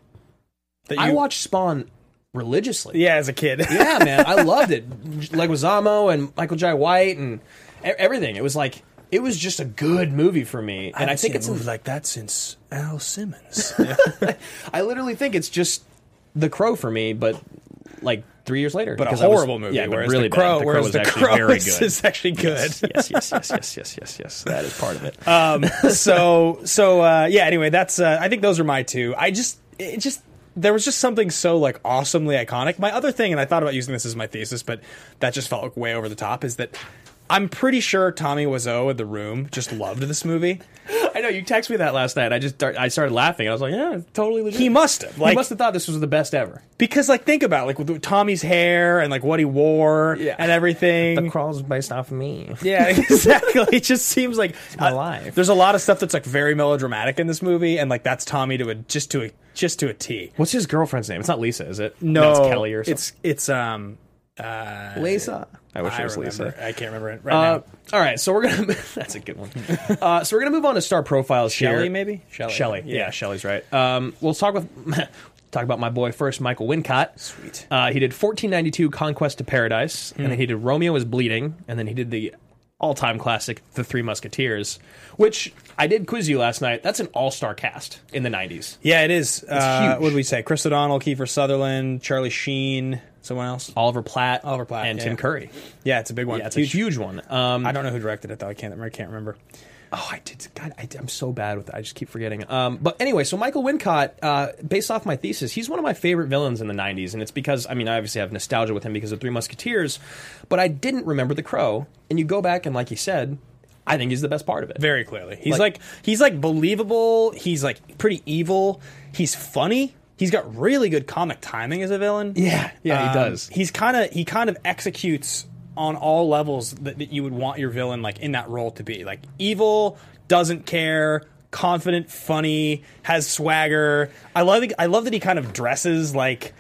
Speaker 1: that
Speaker 3: I
Speaker 1: you-
Speaker 3: watched Spawn religiously.
Speaker 1: Yeah, as a kid.
Speaker 3: yeah, man, I loved it. Leguizamo and Michael J. White and e- everything. It was like it was just a good movie for me, and I, think it's.
Speaker 1: like that since Al Simmons.
Speaker 3: I literally think it's just The Crow for me, but like three years later,
Speaker 1: but a
Speaker 3: because I was-
Speaker 1: horrible movie.
Speaker 3: Yeah, but
Speaker 1: whereas
Speaker 3: really
Speaker 1: the crow,
Speaker 3: bad. The Crow
Speaker 1: whereas
Speaker 3: was
Speaker 1: the
Speaker 3: actually
Speaker 1: crow
Speaker 3: very
Speaker 1: is,
Speaker 3: good.
Speaker 1: is actually good.
Speaker 3: yes, yes, yes, yes, yes, yes, yes. That is part of it.
Speaker 1: um, so so uh, yeah. Anyway, that's uh, I think those are my two. I just it just there was just something so like awesomely iconic. My other thing, and I thought about using this as my thesis, but that just felt like way over the top. Is that I'm pretty sure Tommy Wiseau in the room just loved this movie.
Speaker 3: I know you texted me that last night. I just start, I started laughing. I was like, yeah, it's totally legit.
Speaker 1: He must have, like-
Speaker 3: he must have thought this was the best ever.
Speaker 1: Because like think about it, like with Tommy's hair and like what he wore
Speaker 3: Yeah.
Speaker 1: and everything.
Speaker 3: crawl's based off of me.
Speaker 1: Yeah, exactly. it just seems like
Speaker 3: my
Speaker 1: uh,
Speaker 3: life.
Speaker 1: There's a lot of stuff that's like very melodramatic in this movie, and like that's Tommy to a just to a just to a T.
Speaker 3: What's his girlfriend's name? It's not Lisa, is it? it's Kelly or something.
Speaker 1: it's it's um.
Speaker 3: Lisa. I wish
Speaker 1: I
Speaker 3: it was
Speaker 1: remember.
Speaker 3: Lisa.
Speaker 1: I can't remember it right
Speaker 3: Uh,
Speaker 1: now.
Speaker 3: all right, so we're gonna. that's a good one. Uh, so we're gonna move on to star profiles. here.
Speaker 1: Shelley, maybe? Shelley.
Speaker 3: Shelley.
Speaker 1: Yeah.
Speaker 3: Yeah, Shelley's right. Um, we'll talk with talk about my boy first, Michael Wincott.
Speaker 1: Sweet. Hmm.
Speaker 3: Uh, he did 1492 Conquest to Paradise, and then he did Romeo is Bleeding, and then he did the all-time classic The Three Musketeers, which I did quiz you last night. That's an all-star cast in the 90s.
Speaker 1: Yeah, it is. uh,
Speaker 3: huge.
Speaker 1: What did we say? Chris O'Donnell, Kiefer Sutherland, Charlie Sheen, someone else.
Speaker 3: Oliver Platt,
Speaker 1: Oliver Platt,
Speaker 3: and
Speaker 1: yeah.
Speaker 3: Tim Curry.
Speaker 1: Yeah, it's a big one.
Speaker 3: Yeah, it's
Speaker 1: Huge.
Speaker 3: a huge one. Um,
Speaker 1: I don't know who directed it though. I can't. remember. I can't remember.
Speaker 3: Oh, I did. God, I, am so bad with it. I just keep forgetting. Um, but anyway, so Michael Wincott, uh, based off my thesis, he's one of my favorite villains in the '90s, and it's because I mean, I obviously have nostalgia with him because of Three Musketeers, but I didn't remember The Crow. And you go back and, like you said, I think he's the best part of it.
Speaker 1: Very clearly, he's like,
Speaker 3: Like-
Speaker 1: he's like believable. He's like pretty evil. He's funny. He's got really good comic timing as a villain.
Speaker 3: Yeah, yeah, he
Speaker 1: Um,
Speaker 3: does.
Speaker 1: He's kind of he kind of executes on all levels that, that you would want your villain like in that role to be like evil, doesn't care, confident, funny, has swagger. I love I love that he kind of dresses like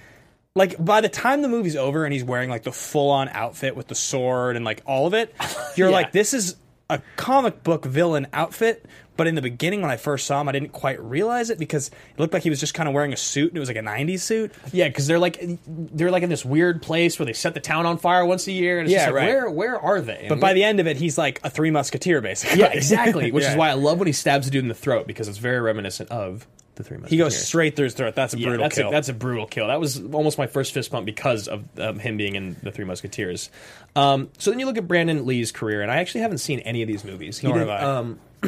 Speaker 1: like by the time the movie's over and he's wearing like the full on outfit with the sword and like all of it, you're
Speaker 3: Yeah.
Speaker 1: like this is a comic book villain outfit. But in the beginning, when I first saw him, I didn't quite realize it because it looked like he was just kind of wearing a suit and it was like a '90s suit.
Speaker 3: Yeah, because they're like they're like in this weird place where they set the town on fire once a year. And it's
Speaker 1: Yeah,
Speaker 3: just like,
Speaker 1: right.
Speaker 3: Where where are they?
Speaker 1: But by the end of it, he's like a three musketeer, basically.
Speaker 3: yeah, exactly. Which
Speaker 1: Yeah.
Speaker 3: is why I love when he stabs a dude in the throat because it's very reminiscent of the Three Musketeers.
Speaker 1: he goes straight through his throat. That's a
Speaker 3: Yeah,
Speaker 1: brutal
Speaker 3: that's
Speaker 1: kill.
Speaker 3: A, that's a brutal kill. That was almost my first fist pump because of um, him being in the Three Musketeers. Um, so then you look at Brandon Lee's career, and I actually haven't seen any of these movies. He
Speaker 1: Nor
Speaker 3: did,
Speaker 1: have I.
Speaker 3: Um,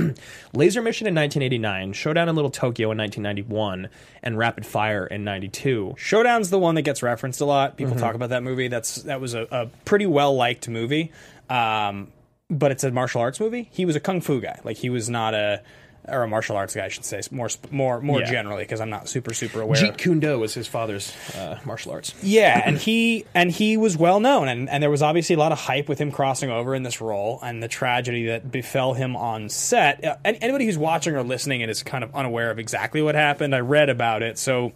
Speaker 3: Laser Mission in 1989, Showdown in Little Tokyo in 1991, and Rapid Fire in 92.
Speaker 1: Showdown's the one that gets referenced a lot. People
Speaker 3: Mm-hmm.
Speaker 1: talk about that movie. That's that was a, a pretty well liked movie, um, but it's a martial arts movie. He was a kung fu guy. Like he was not a or a martial arts guy, I should say. More sp- more more
Speaker 3: Yeah.
Speaker 1: generally, because I'm not super super aware.
Speaker 3: Jeet Kune Do was his father's uh, martial arts.
Speaker 1: Yeah, and he and he was well known, and, and there was obviously a lot of hype with him crossing over in this role, and the tragedy that befell him on set. Uh, any, anybody who's watching or listening and is kind of unaware of exactly what happened, I read about it. So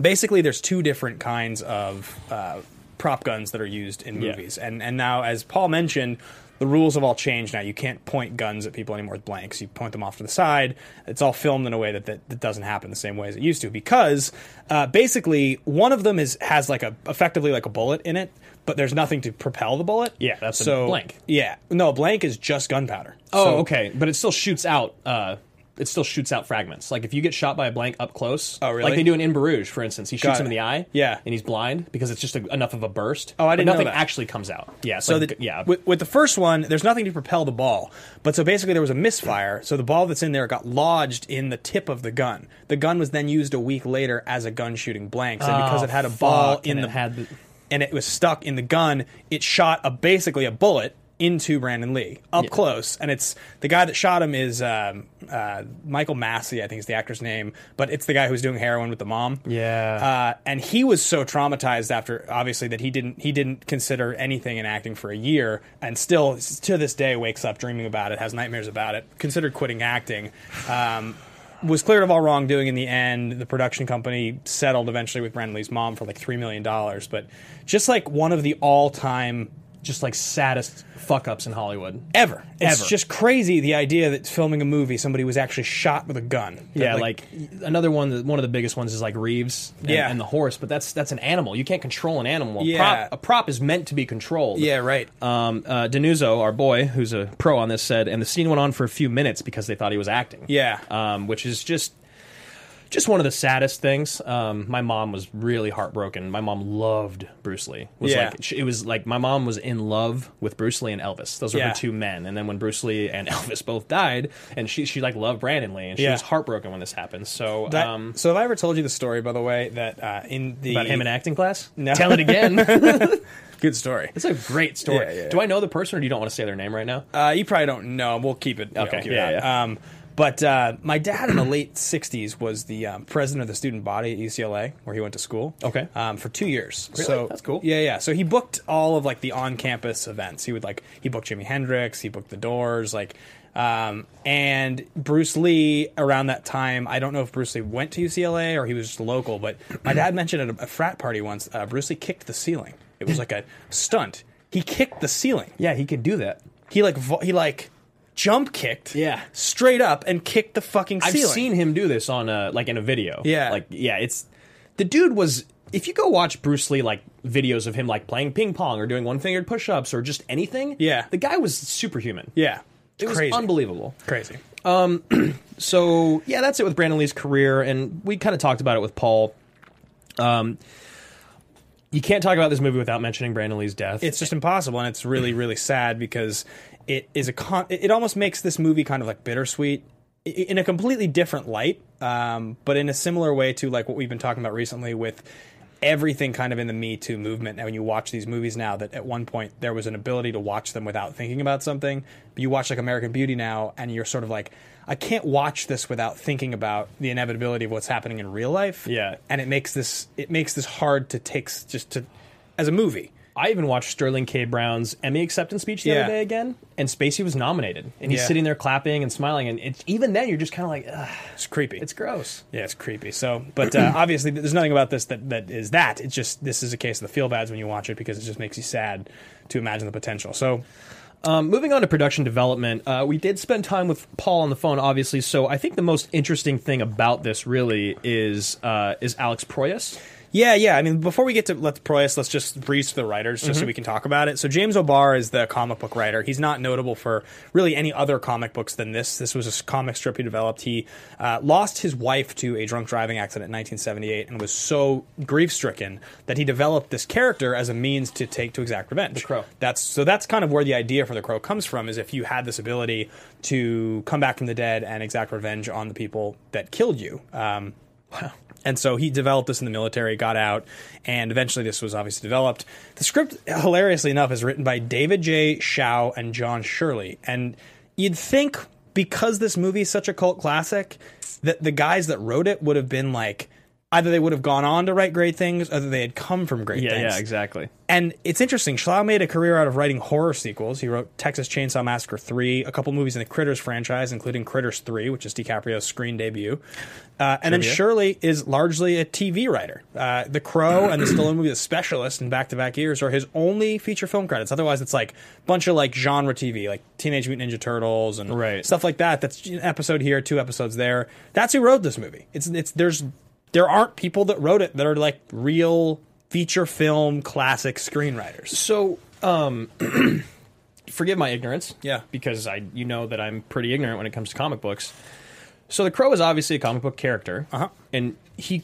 Speaker 1: basically, there's two different kinds of uh, prop guns that are used in
Speaker 3: Yeah.
Speaker 1: movies, and and now as Paul mentioned. The rules have all changed now. You can't point guns at people anymore with blanks. You point them off to the side. It's all filmed in a way that, that, that doesn't happen the same way as it used to because uh, basically one of them is has like a effectively like a bullet in it, but there's nothing to propel the bullet.
Speaker 3: Yeah, that's a
Speaker 1: so
Speaker 3: blank.
Speaker 1: Yeah, no, a blank is just gunpowder.
Speaker 3: Oh,
Speaker 1: So-
Speaker 3: okay, but it still shoots out uh, it still shoots out fragments. Like if you get shot by a blank up close,
Speaker 1: Oh, really?
Speaker 3: Like they do in In Bruges, for instance, he shoots
Speaker 1: Got
Speaker 3: him in
Speaker 1: it.
Speaker 3: the eye,
Speaker 1: Yeah.
Speaker 3: and he's blind because it's just a, enough of a burst.
Speaker 1: Oh, I
Speaker 3: but
Speaker 1: didn't know
Speaker 3: nothing
Speaker 1: that.
Speaker 3: actually comes out. Yeah, it's
Speaker 1: So
Speaker 3: like,
Speaker 1: the,
Speaker 3: yeah,
Speaker 1: with, with the first one, there's nothing to propel the ball, but so basically there was a misfire. So the ball that's in there got lodged in the tip of the gun. The gun was then used a week later as a gun shooting blanks, and because
Speaker 3: Oh,
Speaker 1: it had a ball
Speaker 3: fuck,
Speaker 1: in
Speaker 3: and
Speaker 1: the,
Speaker 3: it had the-
Speaker 1: and it was stuck in the gun, it shot a basically a bullet into Brandon Lee up close, and it's the guy that shot him is um, uh, Michael Massey, I think is the actor's name, but it's the guy who was doing heroin with the mom.
Speaker 3: Yeah.
Speaker 1: uh, and he was so traumatized after obviously that he didn't he didn't consider anything in acting for a year, and still s- to this day wakes up dreaming about it, has nightmares about it, considered quitting acting. Um, was cleared of all wrongdoing in the end. The production company settled eventually with Brandon Lee's mom for like three million dollars, but just like one of the all-time
Speaker 3: just like saddest fuck ups in Hollywood.
Speaker 1: ever. It's
Speaker 3: Ever.
Speaker 1: just crazy the idea that filming a movie somebody was actually shot with a gun. That,
Speaker 3: Yeah, like, another one. that- One of the biggest ones is like Reeves. And,
Speaker 1: Yeah.
Speaker 3: and the horse, but that's that's an animal. You can't control an animal. A
Speaker 1: Yeah.
Speaker 3: prop, a prop is meant to be controlled.
Speaker 1: yeah, right.
Speaker 3: Um, uh, Denuso, our boy, who's a pro on this, said, and the scene went on for a few minutes because they thought he was acting.
Speaker 1: Yeah.
Speaker 3: um, which is just just one of the saddest things. Um, my mom was really heartbroken. My mom loved Bruce Lee. Was
Speaker 1: Yeah.
Speaker 3: like, she- it was like my mom was in love with Bruce Lee and Elvis. Those were
Speaker 1: Yeah.
Speaker 3: her two men. And then when Bruce Lee and Elvis both died, and she she like loved Brandon Lee, and she
Speaker 1: Yeah.
Speaker 3: was heartbroken when this happened. So
Speaker 1: That-
Speaker 3: um,
Speaker 1: so have I ever told you the story, by the way, that uh, in the
Speaker 3: about him in acting class,
Speaker 1: No.
Speaker 3: tell it again.
Speaker 1: good story.
Speaker 3: it's a great story.
Speaker 1: Yeah, yeah,
Speaker 3: Do I know the person, or do you don't want to say their name right now?
Speaker 1: Uh, you probably don't know. We'll keep it.
Speaker 3: Okay,
Speaker 1: we'll keep it
Speaker 3: yeah,
Speaker 1: out.
Speaker 3: yeah.
Speaker 1: Um, but uh, my dad in the late '60s was the um, president of the student body at UCLA, where he went to school.
Speaker 3: Okay.
Speaker 1: Um, for two years.
Speaker 3: Really?
Speaker 1: So
Speaker 3: That's cool.
Speaker 1: Yeah, yeah. So he booked all of like the on-campus events. He would like he booked Jimi Hendrix. He booked The Doors. Like. Um, and Bruce Lee around that time, I don't know if Bruce Lee went to UCLA or he was just local, but my dad mentioned at a, a frat party once, uh, Bruce Lee kicked the ceiling. It was like a stunt. He kicked the ceiling
Speaker 3: yeah, he could do that.
Speaker 1: he like vo- he like jump kicked
Speaker 3: Yeah.
Speaker 1: straight up and kicked the fucking
Speaker 3: I've
Speaker 1: ceiling
Speaker 3: seen him do this on a like in a video.
Speaker 1: Yeah.
Speaker 3: like yeah, it's the dude was. If you go watch Bruce Lee like videos of him like playing ping pong or doing one fingered push ups or just anything,
Speaker 1: Yeah.
Speaker 3: the guy was superhuman.
Speaker 1: yeah
Speaker 3: it was
Speaker 1: crazy
Speaker 3: unbelievable.
Speaker 1: crazy
Speaker 3: So yeah, that's it with Brandon Lee's career, and we kind of talked about it with Paul. Um, you can't talk about this movie without mentioning Brandon Lee's death.
Speaker 1: it's just impossible and it's really really sad because it is a con- it it almost makes this movie kind of like bittersweet i- in a completely different light um, but in a similar way to like what we've been talking about recently with everything kind of in the me too movement and when you watch these movies now that at one point there was an ability to watch them without thinking about something you watch like american beauty now and you're sort of like i can't watch this without thinking about the inevitability of what's happening in real life
Speaker 3: Yeah.
Speaker 1: and it makes this it makes this hard to take s- just to as a movie
Speaker 3: I even watched Sterling K. Brown's Emmy acceptance speech the
Speaker 1: Yeah.
Speaker 3: other day again, and Spacey was nominated, and he's
Speaker 1: Yeah.
Speaker 3: sitting there clapping and smiling, and it's, even then you're just kind of like, Ugh,
Speaker 1: it's creepy
Speaker 3: it's gross.
Speaker 1: Yeah, it's creepy. So, but uh, obviously, there's nothing about this that, that is that. It's just this is a case of the feel bads when you watch it because it just makes you sad to imagine the potential. So,
Speaker 3: Um, moving on to production development, uh, we did spend time with Paul on the phone, obviously. So I think the most interesting thing about this really is uh, is Alex Proyas.
Speaker 1: yeah, yeah. I mean, before we get to Let's Proyas, let's just breeze through the writers just so we can talk about it. So, James O'Barr is the comic book writer. He's not notable for really any other comic books than this. This was a s- comic strip he developed. He uh, lost his wife to a drunk driving accident in 1978 and was so grief stricken that he developed this character as a means to take to exact revenge. The
Speaker 3: Crow.
Speaker 1: That's so that's kind of where the idea for the crow comes from is if you had this ability to come back from the dead and exact revenge on the people that killed you. Um, and so he developed this in the military, got out, and eventually this was obviously developed. The script, hilariously enough, is written by David J. Shao and John Shirley. And you'd think because this movie is such a cult classic that the guys that wrote it would have been like either they would have gone on to write great things, or that they had come from great things.
Speaker 3: exactly.
Speaker 1: And it's interesting. Schlau made a career out of writing horror sequels. He wrote Texas Chainsaw Massacre 3, a couple movies in the Critters franchise, including Critters 3, which is DiCaprio's screen debut. Uh, and then Shirley is largely a TV writer. Uh, the Crow and the Stallone movie The Specialist and Back to Back Years are his only feature film credits. Otherwise, it's like a bunch of like genre TV, like Teenage Mutant Ninja Turtles and
Speaker 3: Right.
Speaker 1: stuff like that. That's an episode here, two episodes there. That's who wrote this movie. It's it's there's there aren't people that wrote it that are like real feature film classic screenwriters.
Speaker 3: So, um, forgive my ignorance.
Speaker 1: Yeah.
Speaker 3: because I you know that I'm pretty ignorant when it comes to comic books. So the Crow is obviously a comic book character,
Speaker 1: Uh-huh.
Speaker 3: and he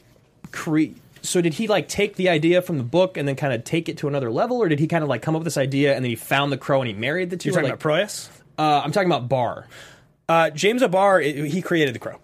Speaker 3: cre. So did he like take the idea from the book and then kind of take it to another level, or did he kind of like come up with this idea and then he found the Crow and he married the 2
Speaker 1: You're talking
Speaker 3: Or, like,
Speaker 1: about Proyas?
Speaker 3: Uh, I'm talking about Barr.
Speaker 1: Uh, James Abar, i he created the Crow.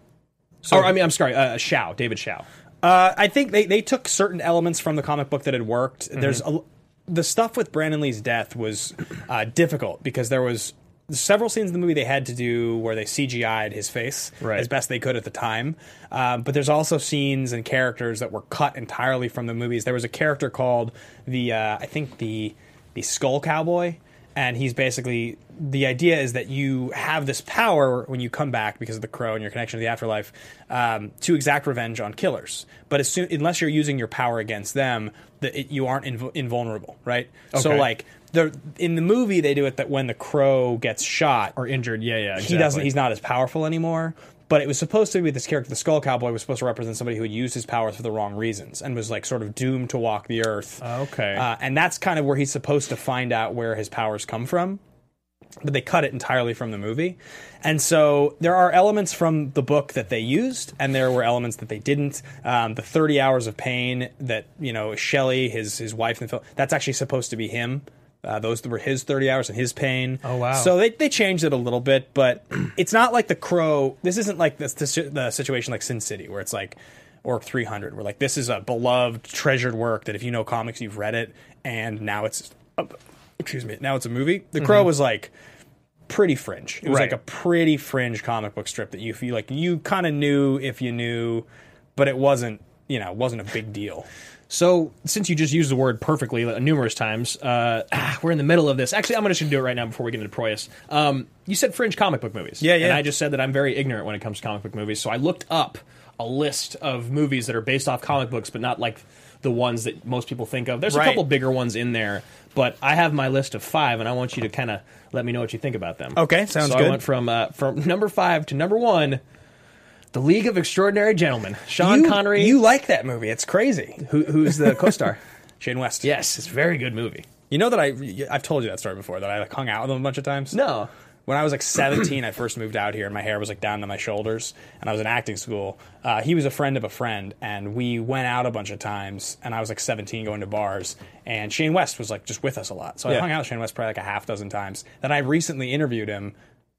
Speaker 3: So or, I mean, I'm sorry, uh, Shao, David Shao.
Speaker 1: Uh, I think they, they took certain elements from the comic book that had worked. There's a, the stuff with Brandon Lee's death was uh, difficult because there was several scenes in the movie they had to do where they CGI'd his face
Speaker 3: Right.
Speaker 1: as best they could at the time. Um, but there's also scenes and characters that were cut entirely from the movies. There was a character called the uh, I think the the Skull Cowboy, and he's basically the idea is that you have this power when you come back because of the crow and your connection to the afterlife um, to exact revenge on killers. But as soon, unless you're using your power against them, the, it, you aren't inv- invulnerable, right? So
Speaker 3: Okay.
Speaker 1: like. The, in the movie, they do it that when the crow gets shot
Speaker 3: Or injured, yeah, yeah.
Speaker 1: he doesn't he's not as powerful anymore but it was supposed to be this character the skull cowboy was supposed to represent somebody who had used his powers for the wrong reasons and was like sort of doomed to walk the earth
Speaker 3: Okay.
Speaker 1: uh, and that's kind of where he's supposed to find out where his powers come from but they cut it entirely from the movie and so there are elements from the book that they used and there were elements that they didn't um, the 30 hours of pain that you know shelley his his wife in the film that's actually supposed to be him uh, those were his 30 hours and his pain
Speaker 3: Oh, wow.
Speaker 1: so they, they changed it a little bit, but it's not like the Crow. This isn't like this, this the situation like Sin City, where it's like or 300, where like this is a beloved, treasured work that if you know comics, you've read it, and now it's uh, excuse me, now it's a movie. The Crow was like pretty fringe. It was
Speaker 3: Mm-hmm. Right.
Speaker 1: like a pretty fringe comic book strip that you feel like you kind of knew if you knew, but it wasn't you know it wasn't a big deal.
Speaker 3: So, since you just used the word perfectly uh, numerous times, uh, ah, we're in the middle of this. Actually, I'm just going to do it right now before we get into Proyas. Um, you said fringe comic book movies.
Speaker 1: Yeah, yeah.
Speaker 3: And I just said that I'm very ignorant when it comes to comic book movies. So, I looked up a list of movies that are based off comic books, but not like the ones that most people think of. There's
Speaker 1: Right.
Speaker 3: a couple bigger ones in there, but I have my list of five, and I want you to kind of let me know what you think about them.
Speaker 1: Okay, sounds
Speaker 3: so I
Speaker 1: good.
Speaker 3: went from, uh, from number five to number one. The League of Extraordinary Gentlemen. Sean
Speaker 1: you,
Speaker 3: Connery,
Speaker 1: you like that movie? It's crazy.
Speaker 3: who, who's the co-star.
Speaker 1: Shane West.
Speaker 3: Yes, it's a very good movie.
Speaker 1: You know that I I've told you that story before that I like hung out with him a bunch of times.
Speaker 3: No.
Speaker 1: When I was like 17, I first moved out here, and my hair was like down to my shoulders, and I was in acting school. Uh, he was a friend of a friend, and we went out a bunch of times. And I was like 17, going to bars, and Shane West was like just with us a lot. So I
Speaker 3: Yeah.
Speaker 1: hung out with Shane West probably like a half dozen times. Then I recently interviewed him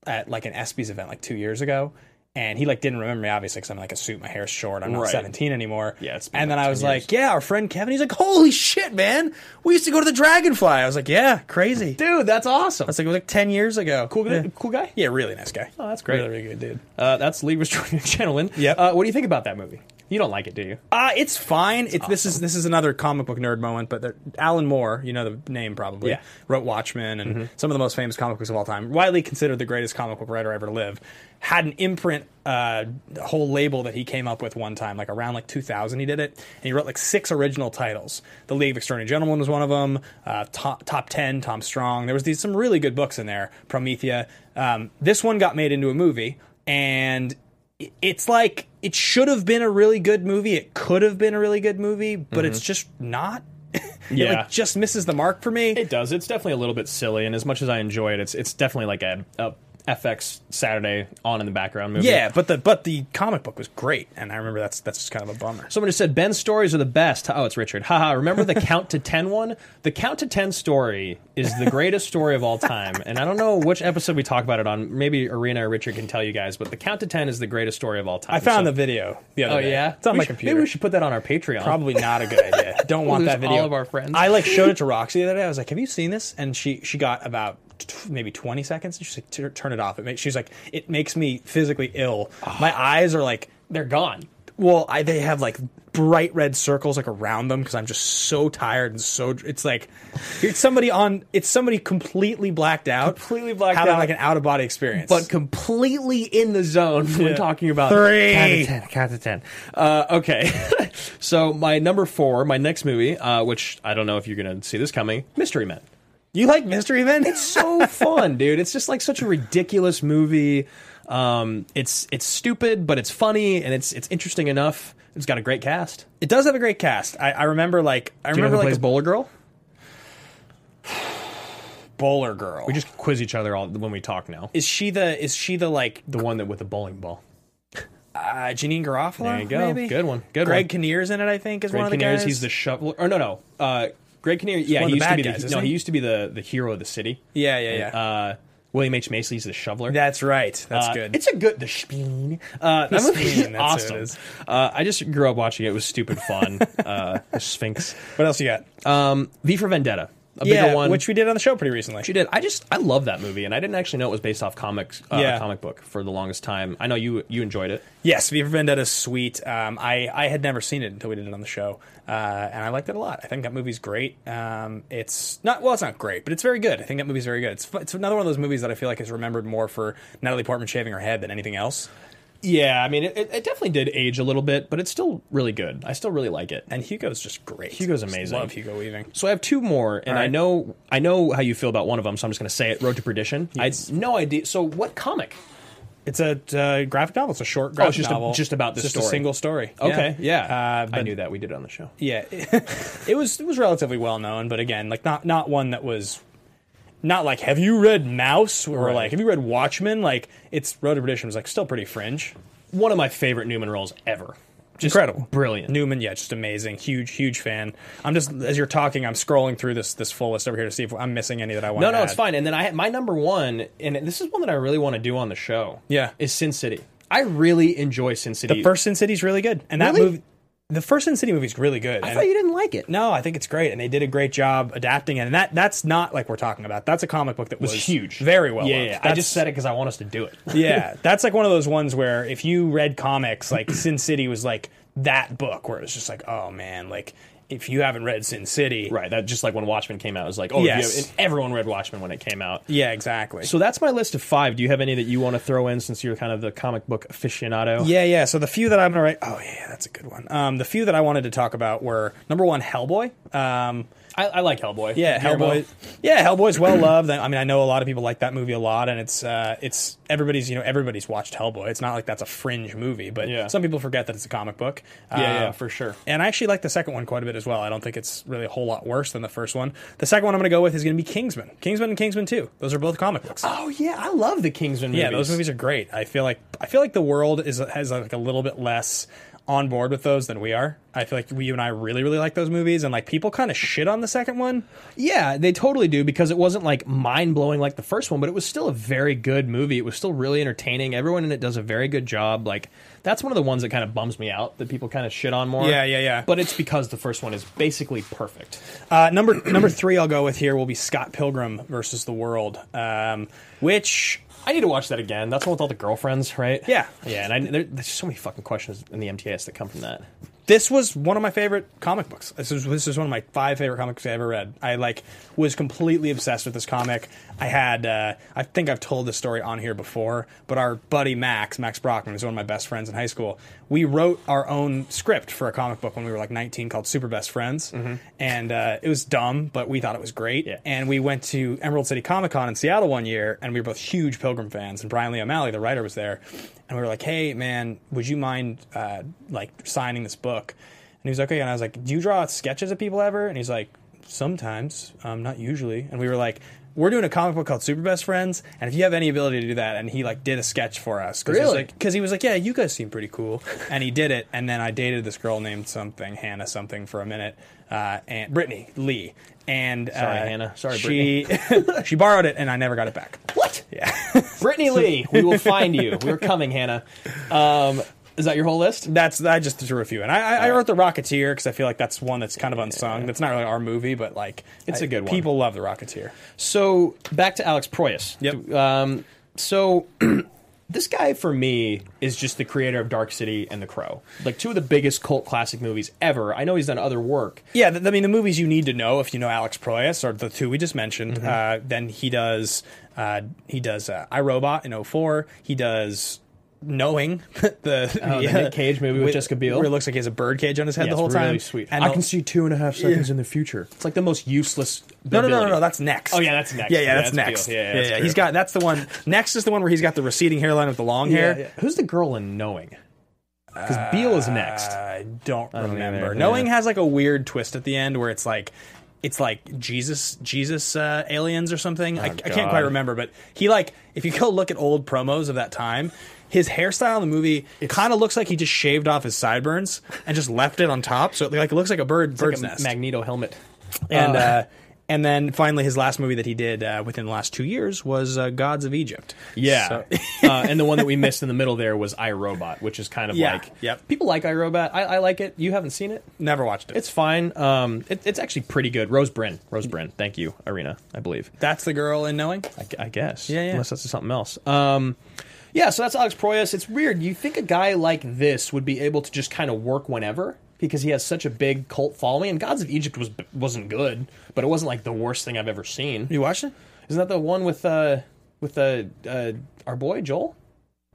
Speaker 1: at like an ESPYS event like two years ago, and he like didn't remember me obviously because I'm like a suit, my hair's short, I'm not
Speaker 3: Right.
Speaker 1: 17 anymore.
Speaker 3: Yeah, it's been
Speaker 1: and then
Speaker 3: like
Speaker 1: I
Speaker 3: 10
Speaker 1: was
Speaker 3: years.
Speaker 1: like, yeah, our friend Kevin. He's like, holy shit, man. We used to go to the Dragonfly. I was like, yeah, crazy.
Speaker 3: Dude, that's awesome.
Speaker 1: That's like, it was like 10 years ago.
Speaker 3: cool,
Speaker 1: Yeah.
Speaker 3: guy. cool guy.
Speaker 1: Yeah, really nice guy. Oh,
Speaker 3: that's great.
Speaker 1: Really, really good dude.
Speaker 3: Uh, that's League of Extraordinary Gentlemen.
Speaker 1: Yep.
Speaker 3: Uh, what do you think about that movie? You don't like it, do you?
Speaker 1: Uh, it's fine. It's, This is this is another comic book nerd moment, but there- Alan Moore, you know the name probably,
Speaker 3: Yeah.
Speaker 1: wrote Watchmen and some of the most famous comic books of all time. Widely considered the greatest comic book writer ever lived. Had an imprint, uh, whole label that he came up with one time, like around like 2000, he did it, and he wrote like six original titles. The League of Extraordinary Gentlemen was one of them. Uh, top, top Ten, Tom Strong. There was these some really good books in there. Promethea. Um, this one got made into a movie, and i- it's like it should have been a really good movie. It could have been a really good movie, but it's just not. It
Speaker 3: Yeah.
Speaker 1: like just misses the mark for me.
Speaker 3: It does. It's definitely a little bit silly, and as much as I enjoy it, it's it's definitely like a, a FX Saturday on in the background movie.
Speaker 1: yeah, but the but the comic book was great, and I remember that's that's just kind of a bummer.
Speaker 3: Someone just said Ben's stories are the best. Oh, it's Richard. Haha. Remember the count to ten one? The count to ten story is the greatest story of all time. And I don't know which episode we talk about it on. Maybe Arena or Richard can tell you guys. But the count to ten is the greatest story of all time.
Speaker 1: I found
Speaker 3: So-
Speaker 1: the video the other
Speaker 3: Oh
Speaker 1: day.
Speaker 3: yeah,
Speaker 1: it's on
Speaker 3: We
Speaker 1: my
Speaker 3: should-
Speaker 1: computer.
Speaker 3: Maybe we should put that on our Patreon.
Speaker 1: Probably not a good idea. Don't want
Speaker 3: Lose
Speaker 1: that video.
Speaker 3: all of our friends.
Speaker 1: I like showed it to Roxy the other day. I was like, "Have you seen this?" And she she got about t- maybe 20 seconds. And she's like, "Tur- "Turn it off." It makes she's like, "It makes me physically ill.
Speaker 3: Ah.
Speaker 1: My eyes are like
Speaker 3: They're gone.
Speaker 1: well, I they have like bright red circles like around them because I'm just so tired and so dr- it's like it's somebody on it's somebody completely blacked out,
Speaker 3: Completely blacked
Speaker 1: having
Speaker 3: out.
Speaker 1: like an out of body experience.
Speaker 3: but completely in the zone when talking about
Speaker 1: Three.
Speaker 3: Count to ten. Count to ten. Uh, okay, so my number four, my next movie, uh, which I don't know if you're gonna see this coming, Mystery Men.
Speaker 1: you like mystery men?
Speaker 3: It's so fun, dude. It's just like such a ridiculous movie. Um, it's it's stupid, but it's funny and it's it's interesting enough. It's got a great cast.
Speaker 1: it does have a great cast. I, I remember like I
Speaker 3: Do you know
Speaker 1: remember
Speaker 3: who
Speaker 1: like
Speaker 3: plays
Speaker 1: the
Speaker 3: Bowler Girl?
Speaker 1: bowler girl.
Speaker 3: We just quiz each other all when we talk now.
Speaker 1: is she the is she the like
Speaker 3: The one that with the bowling ball.
Speaker 1: uh, Janine Garofalo.
Speaker 3: There you go.
Speaker 1: maybe?
Speaker 3: Good one. Good
Speaker 1: Greg
Speaker 3: one.
Speaker 1: Kinnear's in it, I think, is
Speaker 3: Greg
Speaker 1: one of the
Speaker 3: Kinnear's,
Speaker 1: guys.
Speaker 3: he's the shovel. Or no, no. Uh, Greg Kinnear. Yeah,
Speaker 1: one of
Speaker 3: he
Speaker 1: the
Speaker 3: used to
Speaker 1: bad
Speaker 3: be the
Speaker 1: guys,
Speaker 3: no.
Speaker 1: isn't
Speaker 3: He
Speaker 1: he?
Speaker 3: used to be the the hero of the city.
Speaker 1: Yeah, yeah, yeah.
Speaker 3: Uh, William H Macy. He's the shoveler.
Speaker 1: That's right. That's
Speaker 3: Uh,
Speaker 1: good.
Speaker 3: It's a good the Speen. Uh, that movie is
Speaker 1: Speen, that's what it
Speaker 3: awesome.
Speaker 1: is.
Speaker 3: Uh, I just grew up watching it. It was stupid fun. uh, the Sphinx.
Speaker 1: what else you got?
Speaker 3: Um, v for Vendetta. A
Speaker 1: yeah,
Speaker 3: bigger one.
Speaker 1: which we did on the show pretty recently.
Speaker 3: She did. I just I love that movie, and I didn't actually know it was based off comics, uh,
Speaker 1: Yeah.
Speaker 3: comic book for the longest time. I know you you enjoyed it.
Speaker 1: Yes, V for Vendetta is sweet. Um, I I had never seen it until we did it on the show, uh, and I liked it a lot. I think that movie's great. Um, it's not well, it's not great, but it's very good. I think that movie's very good. It's fu- it's another one of those movies that I feel like is remembered more for Natalie Portman shaving her head than anything else.
Speaker 3: Yeah, I mean, it, it definitely did age a little bit, but it's still really good. I still really like it.
Speaker 1: And Hugo's just great.
Speaker 3: Hugo's
Speaker 1: Just
Speaker 3: amazing.
Speaker 1: love Hugo Weaving.
Speaker 3: So I have two more, and I
Speaker 1: right.
Speaker 3: know I know how you feel about one of them, so I'm just going to say it. Road to Perdition. I had no idea. So what comic?
Speaker 1: It's a uh, graphic novel. It's a short
Speaker 3: Oh,
Speaker 1: graphic
Speaker 3: it's just a-
Speaker 1: novel.
Speaker 3: just about
Speaker 1: It's
Speaker 3: this
Speaker 1: just
Speaker 3: story.
Speaker 1: a single story.
Speaker 3: Okay, yeah,
Speaker 1: Uh, but
Speaker 3: I knew that we did it on the show.
Speaker 1: yeah it was it was relatively well known but again like not not one that was not like have you read mouse or
Speaker 3: Right.
Speaker 1: like have you read watchmen like it's road to perdition was like still pretty fringe
Speaker 3: One of my favorite Newman roles ever. Just
Speaker 1: Incredible.
Speaker 3: brilliant.
Speaker 1: newman yeah just amazing huge huge fan i'm just as you're talking i'm scrolling through this this full list over here to see if i'm missing any that i want
Speaker 3: no, no, it's fine. And then I my number one, and this is one that I really want to do on the show.
Speaker 1: Yeah.
Speaker 3: is Sin City. I really enjoy Sin City.
Speaker 1: the first sin city's really good and that
Speaker 3: Really?
Speaker 1: movie the first sin city movie's really good
Speaker 3: I
Speaker 1: And-
Speaker 3: thought you didn't like it.
Speaker 1: No, I think it's great, and they did a great job adapting it. And that that's not like we're talking about. That's a comic book that was, very well.
Speaker 3: Yeah,
Speaker 1: loved.
Speaker 3: yeah, I
Speaker 1: That's-
Speaker 3: just said it because I want us to do it.
Speaker 1: yeah, that's like one of those ones where if you read comics, like Sin City was like that book where it was just like, oh man, like if you haven't read Sin City,
Speaker 3: right. That just like when Watchmen came out, it was like, oh, if you
Speaker 1: Yes.
Speaker 3: have- and everyone read Watchmen when it came out.
Speaker 1: Yeah, exactly.
Speaker 3: So that's my list of five. Do you have any that you want to throw in since you're kind of the comic book aficionado?
Speaker 1: yeah, yeah. So the few that I'm gonna write, oh yeah, that's a good one. Um, the few that I wanted to talk about were number one, Hellboy. Um,
Speaker 3: I, I like Hellboy.
Speaker 1: Yeah,
Speaker 3: Guillermo.
Speaker 1: Hellboy. Yeah, Hellboy's well loved. I mean, I know a lot of people like that movie a lot, and it's uh, it's everybody's you know everybody's watched Hellboy. It's not like that's a fringe movie, but
Speaker 3: Yeah.
Speaker 1: some people forget that it's a comic book. Uh,
Speaker 3: Yeah, yeah, for sure.
Speaker 1: And I actually like the second one quite a bit as well. I don't think it's really a whole lot worse than the first one. The second one I'm going to go with is going to be Kingsman. Kingsman and Kingsman Two. Those are both comic books.
Speaker 3: Oh yeah, I love the Kingsman.
Speaker 1: Yeah, those movies are great. I feel like I feel like the world is has like a little bit less on board with those than we are. I feel like we, you and I really really like those movies, and like people kind of shit on the second one.
Speaker 3: Yeah, they totally do because it wasn't like mind blowing like the first one, but it was still a very good movie. It was still really entertaining. Everyone in it does a very good job. Like that's one of the ones that kind of bums me out that people kind of shit on more.
Speaker 1: Yeah, yeah, yeah.
Speaker 3: But it's because the first one is basically perfect.
Speaker 1: Uh, number number three, I'll go with here will be Scott Pilgrim versus the World, um, which
Speaker 3: I need to watch that again. That's the one with all the girlfriends, right?
Speaker 1: Yeah.
Speaker 3: yeah. And I, there, there's so many fucking questions in the MTS that come from that.
Speaker 1: this was one of my favorite comic books. This is this is one of my five favorite comic books I ever read. I like was completely obsessed with this comic. I had uh, I think I've told this story on here before, but our buddy Max Max Brockman is one of my best friends in high school. We wrote our own script for a comic book when we were like 19 called Super Best Friends, and uh, it was dumb, but we thought it was great.
Speaker 3: Yeah.
Speaker 1: And we went to Emerald City Comic Con in Seattle one year, and we were both huge Pilgrim fans. And Brian Lee O'Malley, the writer, was there, and we were like, "Hey, man, would you mind uh, like signing this book?" And he was like, "Okay." And I was like, "Do you draw sketches of people ever?" And he's like, "Sometimes, um, not usually." And we were like. We're doing a comic book called Super Best Friends, and if you have any ability to do that, and he like did a sketch for us, cause he was
Speaker 3: Really?
Speaker 1: like, because he was like, yeah, you guys seem pretty cool, and he did it. And then I dated this girl named something Hannah something for a minute, uh, and Brittany Lee, and
Speaker 3: Sorry,
Speaker 1: uh,
Speaker 3: Hannah. Sorry,
Speaker 1: she she borrowed it and I never got it back.
Speaker 3: What? Yeah. Brittany Lee, we will find you. We're coming, Hannah. Um, is that your whole list?
Speaker 1: That's I just threw a few, and I, I, I wrote the Rocketeer because I feel like that's one that's kind of unsung. That's not really our movie, but like
Speaker 3: It's
Speaker 1: a
Speaker 3: a good one.
Speaker 1: People love the Rocketeer.
Speaker 3: So back to Alex Proyas.
Speaker 1: Yep.
Speaker 3: Um, so this guy for me is just the creator of Dark City and The Crow, like two of the biggest cult classic movies ever. I know he's done other work.
Speaker 1: Yeah, th- I mean the movies you need to know if you know Alex Proyas or the two we just mentioned. Uh, then he does uh, he does uh, I Robot in 04. He does Knowing Oh, the,
Speaker 3: the Nick Cage movie with Jessica Biel.
Speaker 1: where it looks like he has a bird cage on his head
Speaker 3: Yeah,
Speaker 1: the
Speaker 3: it's
Speaker 1: whole
Speaker 3: really
Speaker 1: time.
Speaker 3: sweet.
Speaker 1: And
Speaker 3: I
Speaker 1: the-
Speaker 3: can see two and a half seconds in the future. It's like the most useless.
Speaker 1: No, no, no, no,
Speaker 3: ability.
Speaker 1: no. That's next.
Speaker 3: Oh, yeah, that's next.
Speaker 1: Yeah, yeah,
Speaker 3: Yeah,
Speaker 1: that's,
Speaker 3: that's
Speaker 1: next.
Speaker 3: Beale. Yeah, yeah,
Speaker 1: yeah,
Speaker 3: that's
Speaker 1: yeah.
Speaker 3: true.
Speaker 1: He's got that's the one. Next is the one where he's got the receding hairline with the long
Speaker 3: Yeah,
Speaker 1: hair.
Speaker 3: yeah. Who's the girl in Knowing? Because Beale is next.
Speaker 1: I don't remember.
Speaker 3: either,
Speaker 1: Knowing
Speaker 3: yeah.
Speaker 1: has like a weird twist at the end where it's like. It's like Jesus, Jesus uh, aliens or something. I, I can't
Speaker 3: Oh, God.
Speaker 1: quite remember, but he like if you go look at old promos of that time, His hairstyle in the movie kind of looks like he just shaved off his sideburns and just left it on top, so it, like it looks like a bird bird's
Speaker 3: Like a
Speaker 1: nest.
Speaker 3: Magneto helmet. Oh.
Speaker 1: and uh, and then finally, his last movie that he did uh, within the last two years was uh, Gods of Egypt.
Speaker 3: Yeah,
Speaker 1: So-
Speaker 3: uh, and the one that we missed in the middle there was iRobot, which is kind of
Speaker 1: Yeah,
Speaker 3: like
Speaker 1: yep.
Speaker 3: people like iRobot. I, I like it. You haven't seen it?
Speaker 1: never watched it.
Speaker 3: It's fine. Um, it, it's actually pretty good. Rose Brin, Rose Brin. Thank you, Irina. I believe.
Speaker 1: that's the girl in Knowing.
Speaker 3: I, I guess.
Speaker 1: Yeah, yeah.
Speaker 3: Unless that's something else. Um, yeah. So that's Alex Proyas. It's weird. You think a guy like this would be able to just kind of work whenever because he has such a big cult following. And Gods of Egypt was wasn't good, but it wasn't like the worst thing I've ever seen.
Speaker 1: You watched it?
Speaker 3: Isn't that the one with uh with uh, uh our boy Joel?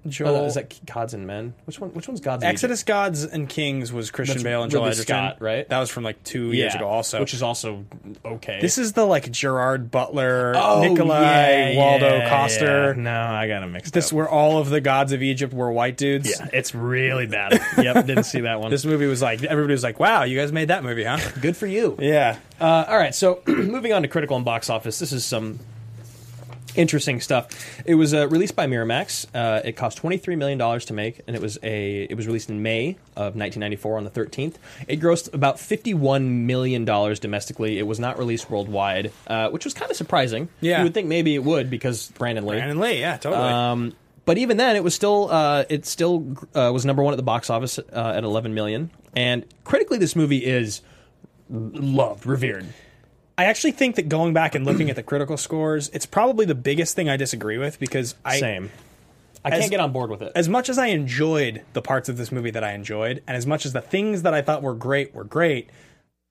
Speaker 1: Joel.
Speaker 3: Oh, no, is that Gods and Men? Which one? Which one's Gods? and
Speaker 1: Exodus Gods and Kings was Christian
Speaker 3: That's
Speaker 1: Bale and Joel
Speaker 3: Ridley
Speaker 1: Edgerton.
Speaker 3: Scott, right?
Speaker 1: That was from like two
Speaker 3: Egypt?
Speaker 1: years ago. Also,
Speaker 3: which is also okay.
Speaker 1: this is the like Gerard Butler,
Speaker 3: Oh,
Speaker 1: Nikolai
Speaker 3: yeah,
Speaker 1: Waldo
Speaker 3: yeah,
Speaker 1: Coster.
Speaker 3: yeah. No, I got him mixed
Speaker 1: This
Speaker 3: up.
Speaker 1: where all of the gods of Egypt were white dudes.
Speaker 3: Yeah, it's really bad. yep, didn't see that one.
Speaker 1: This movie was like everybody was like, "Wow, you guys made that movie, huh?"
Speaker 3: good for you.
Speaker 1: yeah.
Speaker 3: Uh, all right, so moving on to critical and box office. This is some interesting stuff. It was uh, released by Miramax. Uh, it cost twenty three million dollars to make, and it was a it was released in May of nineteen ninety four on the thirteenth. It grossed about fifty one million dollars domestically. It was not released worldwide, uh, which was kind of surprising.
Speaker 1: Yeah.
Speaker 3: you would think maybe it would because Brandon Lee.
Speaker 1: Brandon Lee. Yeah, totally.
Speaker 3: Um, but even then, it was still uh, it still uh, was number one at the box office uh, at 11 million. And critically, this movie is loved, revered.
Speaker 1: I actually think that going back and looking at the critical scores, it's probably the biggest thing I disagree with because I
Speaker 3: Same. I
Speaker 1: as-
Speaker 3: can't get on board with it.
Speaker 1: as much as I enjoyed the parts of this movie that I enjoyed, and as much as the things that I thought were great were great,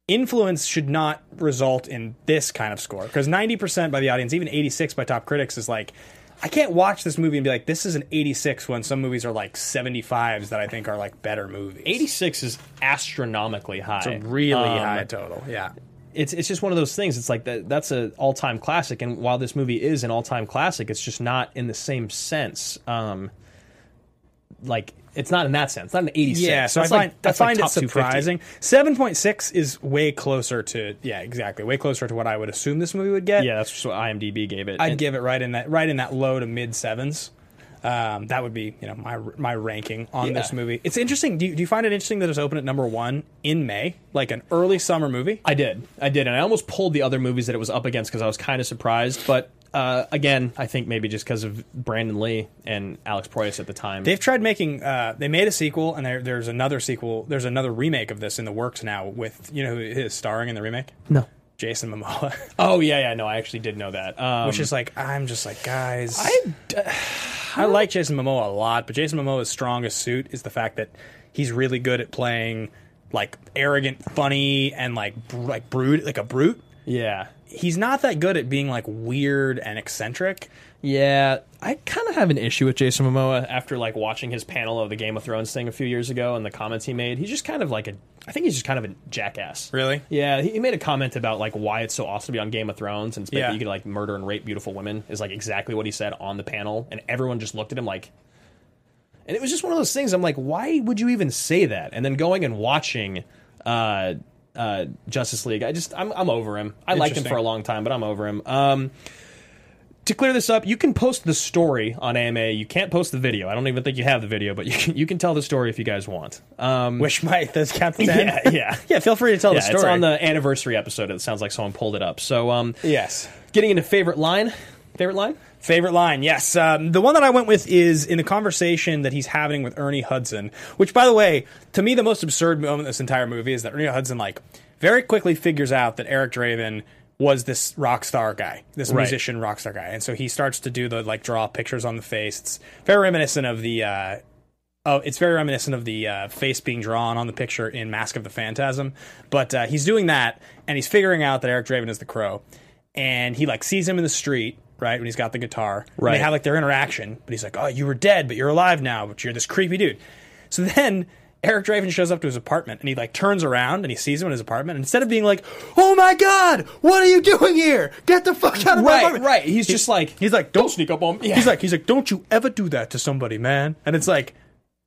Speaker 1: influence should not result in this kind of score. Because 90% by the audience, even 86 by top critics, is like, I can't watch this movie and be like, this is an 86 when some movies are like 75s that I think are like better movies.
Speaker 3: 86 is astronomically high.
Speaker 1: It's a really
Speaker 3: Um,
Speaker 1: high total. Yeah.
Speaker 3: It's it's just one of those things. It's like that that's an all time classic. And while this movie is an all time classic, it's just not in the same sense. Um, like it's not in that sense. Not an 86.
Speaker 1: Yeah, so
Speaker 3: That's
Speaker 1: I
Speaker 3: like-
Speaker 1: find
Speaker 3: that's
Speaker 1: I
Speaker 3: like
Speaker 1: find it
Speaker 3: top 250.
Speaker 1: surprising. Seven point six is way closer to yeah, exactly, way closer to what I would assume this movie would get.
Speaker 3: Yeah, that's just what IMDb gave it.
Speaker 1: I'd
Speaker 3: And-
Speaker 1: give it right in that right in that low to mid sevens. Um, that would be you know my my ranking on
Speaker 3: Yeah.
Speaker 1: this movie. It's interesting. Do you, do you find it interesting that it's open at number one in May, like an early summer movie?
Speaker 3: I did. I did. And I almost pulled the other movies that it was up against because I was kind of surprised. But uh, again, I think maybe just because of Brandon Lee and Alex Proyas at the time.
Speaker 1: They've tried making. Uh, they made a sequel, and there, there's another sequel. There's another remake of this in the works now. With you know who is starring in the remake?
Speaker 3: no.
Speaker 1: Jason Momoa,
Speaker 3: Oh, yeah, yeah. No, I actually did know that. Um,
Speaker 1: which is like I'm just like guys.
Speaker 3: I,
Speaker 1: I like Jason Momoa a lot, but Jason Momoa's strongest suit is the fact that he's really good at playing like arrogant, funny, and like br- like brute, like a brute.
Speaker 3: yeah.
Speaker 1: He's not that good at being like weird and eccentric.
Speaker 3: Yeah, I kind of have an issue with Jason Momoa after like watching his panel of the Game of Thrones thing a few years ago and the comments he made. He's just kind of like a, I think he's just kind of a jackass.
Speaker 1: Really?
Speaker 3: Yeah, he he made a comment about like why it's so awesome to be on Game of Thrones and it's like
Speaker 1: Yeah.
Speaker 3: you could like murder and rape beautiful women is like exactly what he said on the panel, and everyone just looked at him like. And it was just one of those things. I'm like, why would you even say that? And then going and watching uh, uh, Justice League, I just I'm I'm over him. I liked him
Speaker 1: Interesting.
Speaker 3: for a long time, but I'm over him. Um, to clear this up, you can post the story on AMA. You can't post the video. I don't even think you have the video, but you can, you can tell the story if you guys want. Um,
Speaker 1: Wish my this Captain.
Speaker 3: yeah, yeah.
Speaker 1: Mm. yeah. Feel free to tell
Speaker 3: Yeah,
Speaker 1: the story.
Speaker 3: it's on the anniversary episode. It sounds like someone pulled it up. So, um,
Speaker 1: yes.
Speaker 3: getting into favorite line, favorite line.
Speaker 1: Favorite line, yes. Um, the one that I went with is in the conversation that he's having with Ernie Hudson, which, by the way, to me, the most absurd moment of this entire movie is that Ernie Hudson, like, very quickly figures out that Eric Draven was this rock star guy, this
Speaker 3: Right.
Speaker 1: musician rock star guy. And so he starts to do the, like, draw pictures on the face. It's very reminiscent of the, uh, Oh, it's very reminiscent of the uh, face being drawn on the picture in Mask of the Phantasm. But uh, he's doing that, and he's figuring out that Eric Draven is the Crow, and he like sees him in the street, right when he's got the guitar. And
Speaker 3: Right.
Speaker 1: they have like their interaction, but he's like, "Oh, you were dead, but you're alive now. But you're this creepy dude." So then. Eric Draven shows up to his apartment and he like turns around and he sees him in his apartment. And instead of being like, "Oh my god, what are you doing here? Get the fuck out of my apartment!"
Speaker 3: He's
Speaker 1: He-
Speaker 3: just like
Speaker 1: he's like, "Don't
Speaker 3: sneak up on me."
Speaker 1: He's like, he's like, don't you ever do that to somebody, man. And it's like,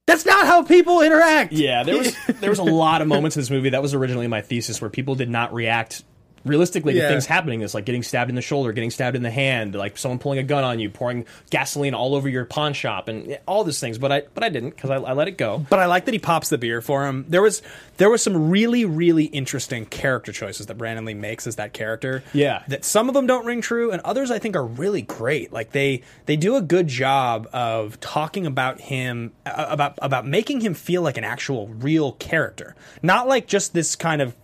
Speaker 1: that's not how people interact.
Speaker 3: yeah. There was there was a lot of moments in this movie that was originally my thesis where people did not react realistically
Speaker 1: Yeah.
Speaker 3: the things happening this like getting stabbed in the shoulder getting stabbed in the hand like someone pulling a gun on you pouring gasoline all over your pawn shop and yeah, all these things but i but i didn't because I, I let it go
Speaker 1: But I like that he pops the beer for him. There was there was some really really interesting character choices that Brandon Lee makes as that character.
Speaker 3: Yeah.
Speaker 1: that some of them don't ring true, and others I think are really great. Like they they do a good job of talking about him uh, about about making him feel like an actual real character, not like just this kind of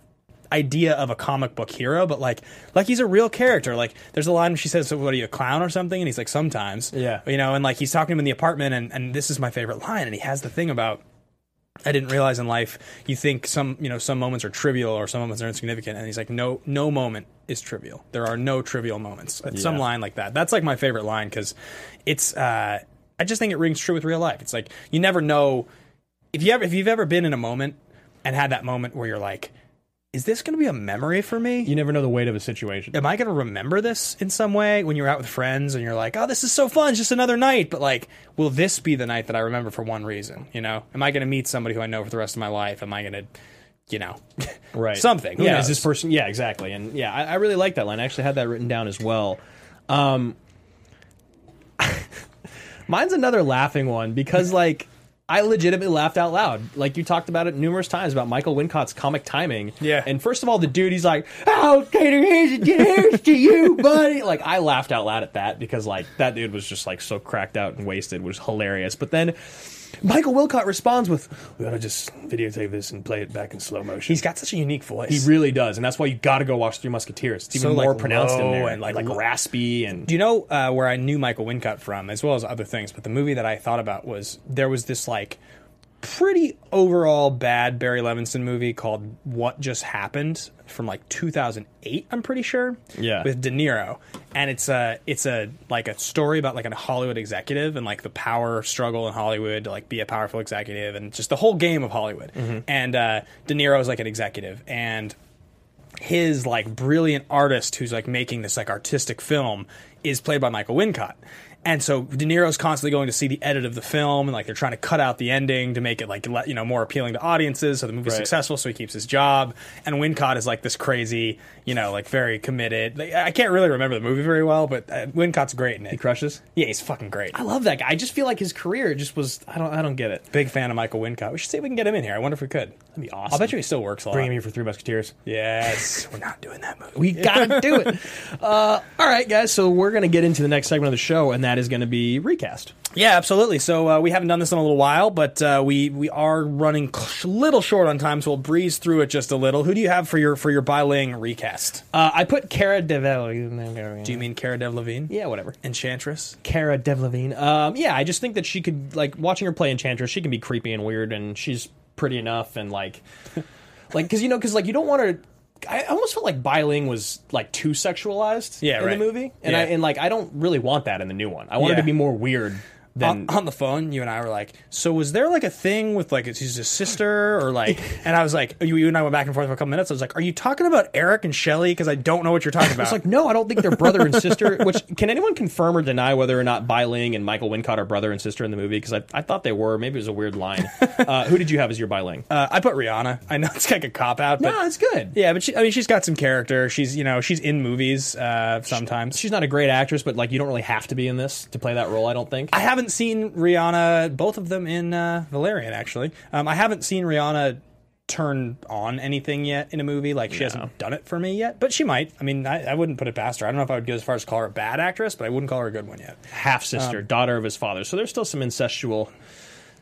Speaker 1: idea of a comic book hero but like like he's a real character like there's a line when she says so what are you a clown or something and he's like sometimes
Speaker 3: Yeah.
Speaker 1: you know and like he's talking to him in the apartment and and this is my favorite line and he has the thing about I didn't realize in life you think some you know some moments are trivial or some moments are insignificant and he's like no no moment is trivial there are no trivial moments It's some
Speaker 3: Yeah.
Speaker 1: line like that that's like my favorite line because it's uh, I just think it rings true with real life it's like you never know if you ever if you've ever been in a moment and had that moment where you're like is this going to be a memory for me
Speaker 3: you never know the weight of a situation
Speaker 1: am I going to remember this in some way when you're out with friends and you're like, oh, this is so fun, it's just another night? But like, will this be the night that I remember for one reason? You know, am I going to meet somebody who I know for the rest of my life? Am I going to, you know,
Speaker 3: right
Speaker 1: something? Who
Speaker 3: yeah
Speaker 1: knows?
Speaker 3: is this person yeah exactly and yeah I, I really like that line i actually had that written down as well um mine's another laughing one because like i legitimately laughed out loud like you talked about it numerous times about michael wincott's comic timing
Speaker 1: Yeah.
Speaker 3: and first of all the dude he's like oh tater here's, here's to you buddy like i laughed out loud at that because like that dude was just like so cracked out and wasted was hilarious but then Michael Wilcott responds with, "We ought to just videotape this and play it back in slow motion."
Speaker 1: He's got such a unique voice.
Speaker 3: He really does, and that's why you got to go watch Three Musketeers. It's even
Speaker 1: So, like,
Speaker 3: more pronounced in
Speaker 1: low
Speaker 3: there,
Speaker 1: and,
Speaker 3: and
Speaker 1: like,
Speaker 3: like like
Speaker 1: lo-
Speaker 3: raspy and
Speaker 1: Do you know uh, where I knew Michael Wincott from, as well as other things? But the movie that I thought about was there was this like pretty overall bad Barry Levinson movie called What Just Happened from like 2008, I'm pretty sure.
Speaker 3: Yeah.
Speaker 1: With De Niro, and it's a it's a like a story about like a Hollywood executive and like the power struggle in Hollywood to like be a powerful executive and just the whole game of Hollywood. And uh, De Niro is like an executive and his like brilliant artist who's like making this like artistic film is played by Michael Wincott. And so De Niro's constantly going to see the edit of the film, and like they're trying to cut out the ending to make it like le- you know more appealing to audiences, so the movie's
Speaker 3: Right.
Speaker 1: successful, so he keeps his job. And Wincott is like this crazy, you know, like very committed. Like, I can't really remember the movie very well, but uh, Wincott's great in it.
Speaker 3: crushes.
Speaker 1: yeah, he's fucking great.
Speaker 3: I love that guy. I just feel like his career just was. I don't. I don't get it.
Speaker 1: Big fan of Michael Wincott. We should see if we can get him in here. I wonder if we could. That'd
Speaker 3: be awesome.
Speaker 1: I'll bet you he still works a lot.
Speaker 3: Bring him here for Three Musketeers.
Speaker 1: Yes, we're not doing that movie.
Speaker 3: We gotta do it. Uh, all right, guys. So we're gonna get into the next segment of the show, and that is gonna be recast.
Speaker 1: Yeah, absolutely. So uh, we haven't done this in a little while, but uh, we we are running a little short on time, so we'll breeze through it just a little. Who do you have for your for your biling recast?
Speaker 3: Uh, I put Cara Delevingne.
Speaker 1: do you mean Cara Delevingne?
Speaker 3: Yeah, whatever.
Speaker 1: Enchantress.
Speaker 3: Cara Delevingne. Um, yeah, I just think that she could like watching her play Enchantress. She can be creepy and weird, and she's pretty enough, and like, like because you know, because like you don't want her. I almost felt like Biling was like too sexualized
Speaker 1: Yeah,
Speaker 3: in
Speaker 1: right.
Speaker 3: the movie, and I
Speaker 1: Yeah.
Speaker 3: and like I don't really want that in the new one. I want
Speaker 1: Yeah. Uh,
Speaker 3: her to be more weird than
Speaker 1: on, on the phone, you and I were like, "So was there like a thing with like his his sister or like?" And I was like, "You, you and I went back and forth for a couple minutes." I was like, "Are you talking about Eric and Shelley? Because I don't know what you're talking about."
Speaker 3: It's like, no, I don't think they're brother and sister. Which can anyone confirm or deny whether or not Biling and Michael Wincott are brother and sister in the movie? Because I, I thought they were. Maybe it was a weird line. uh, who did you have as your Biling?
Speaker 1: uh, I put Rihanna. I know it's like a cop out, but
Speaker 3: no, it's good.
Speaker 1: yeah, but she, I mean, she's got some character. She's you know she's in movies uh, sometimes.
Speaker 3: she's not a great actress, but like you don't really have to be in this to play that role. I don't think.
Speaker 1: I haven't seen Rihanna, both of them in uh, Valerian, actually. Um, I haven't seen Rihanna turn on anything yet in a movie. Like, she hasn't done it for me yet, but she might. I mean, I, I wouldn't put it past her. I don't know if I would go as far as call her a bad actress, but I wouldn't call her a good one yet.
Speaker 3: Half sister, daughter of his father. So there's still some incestual,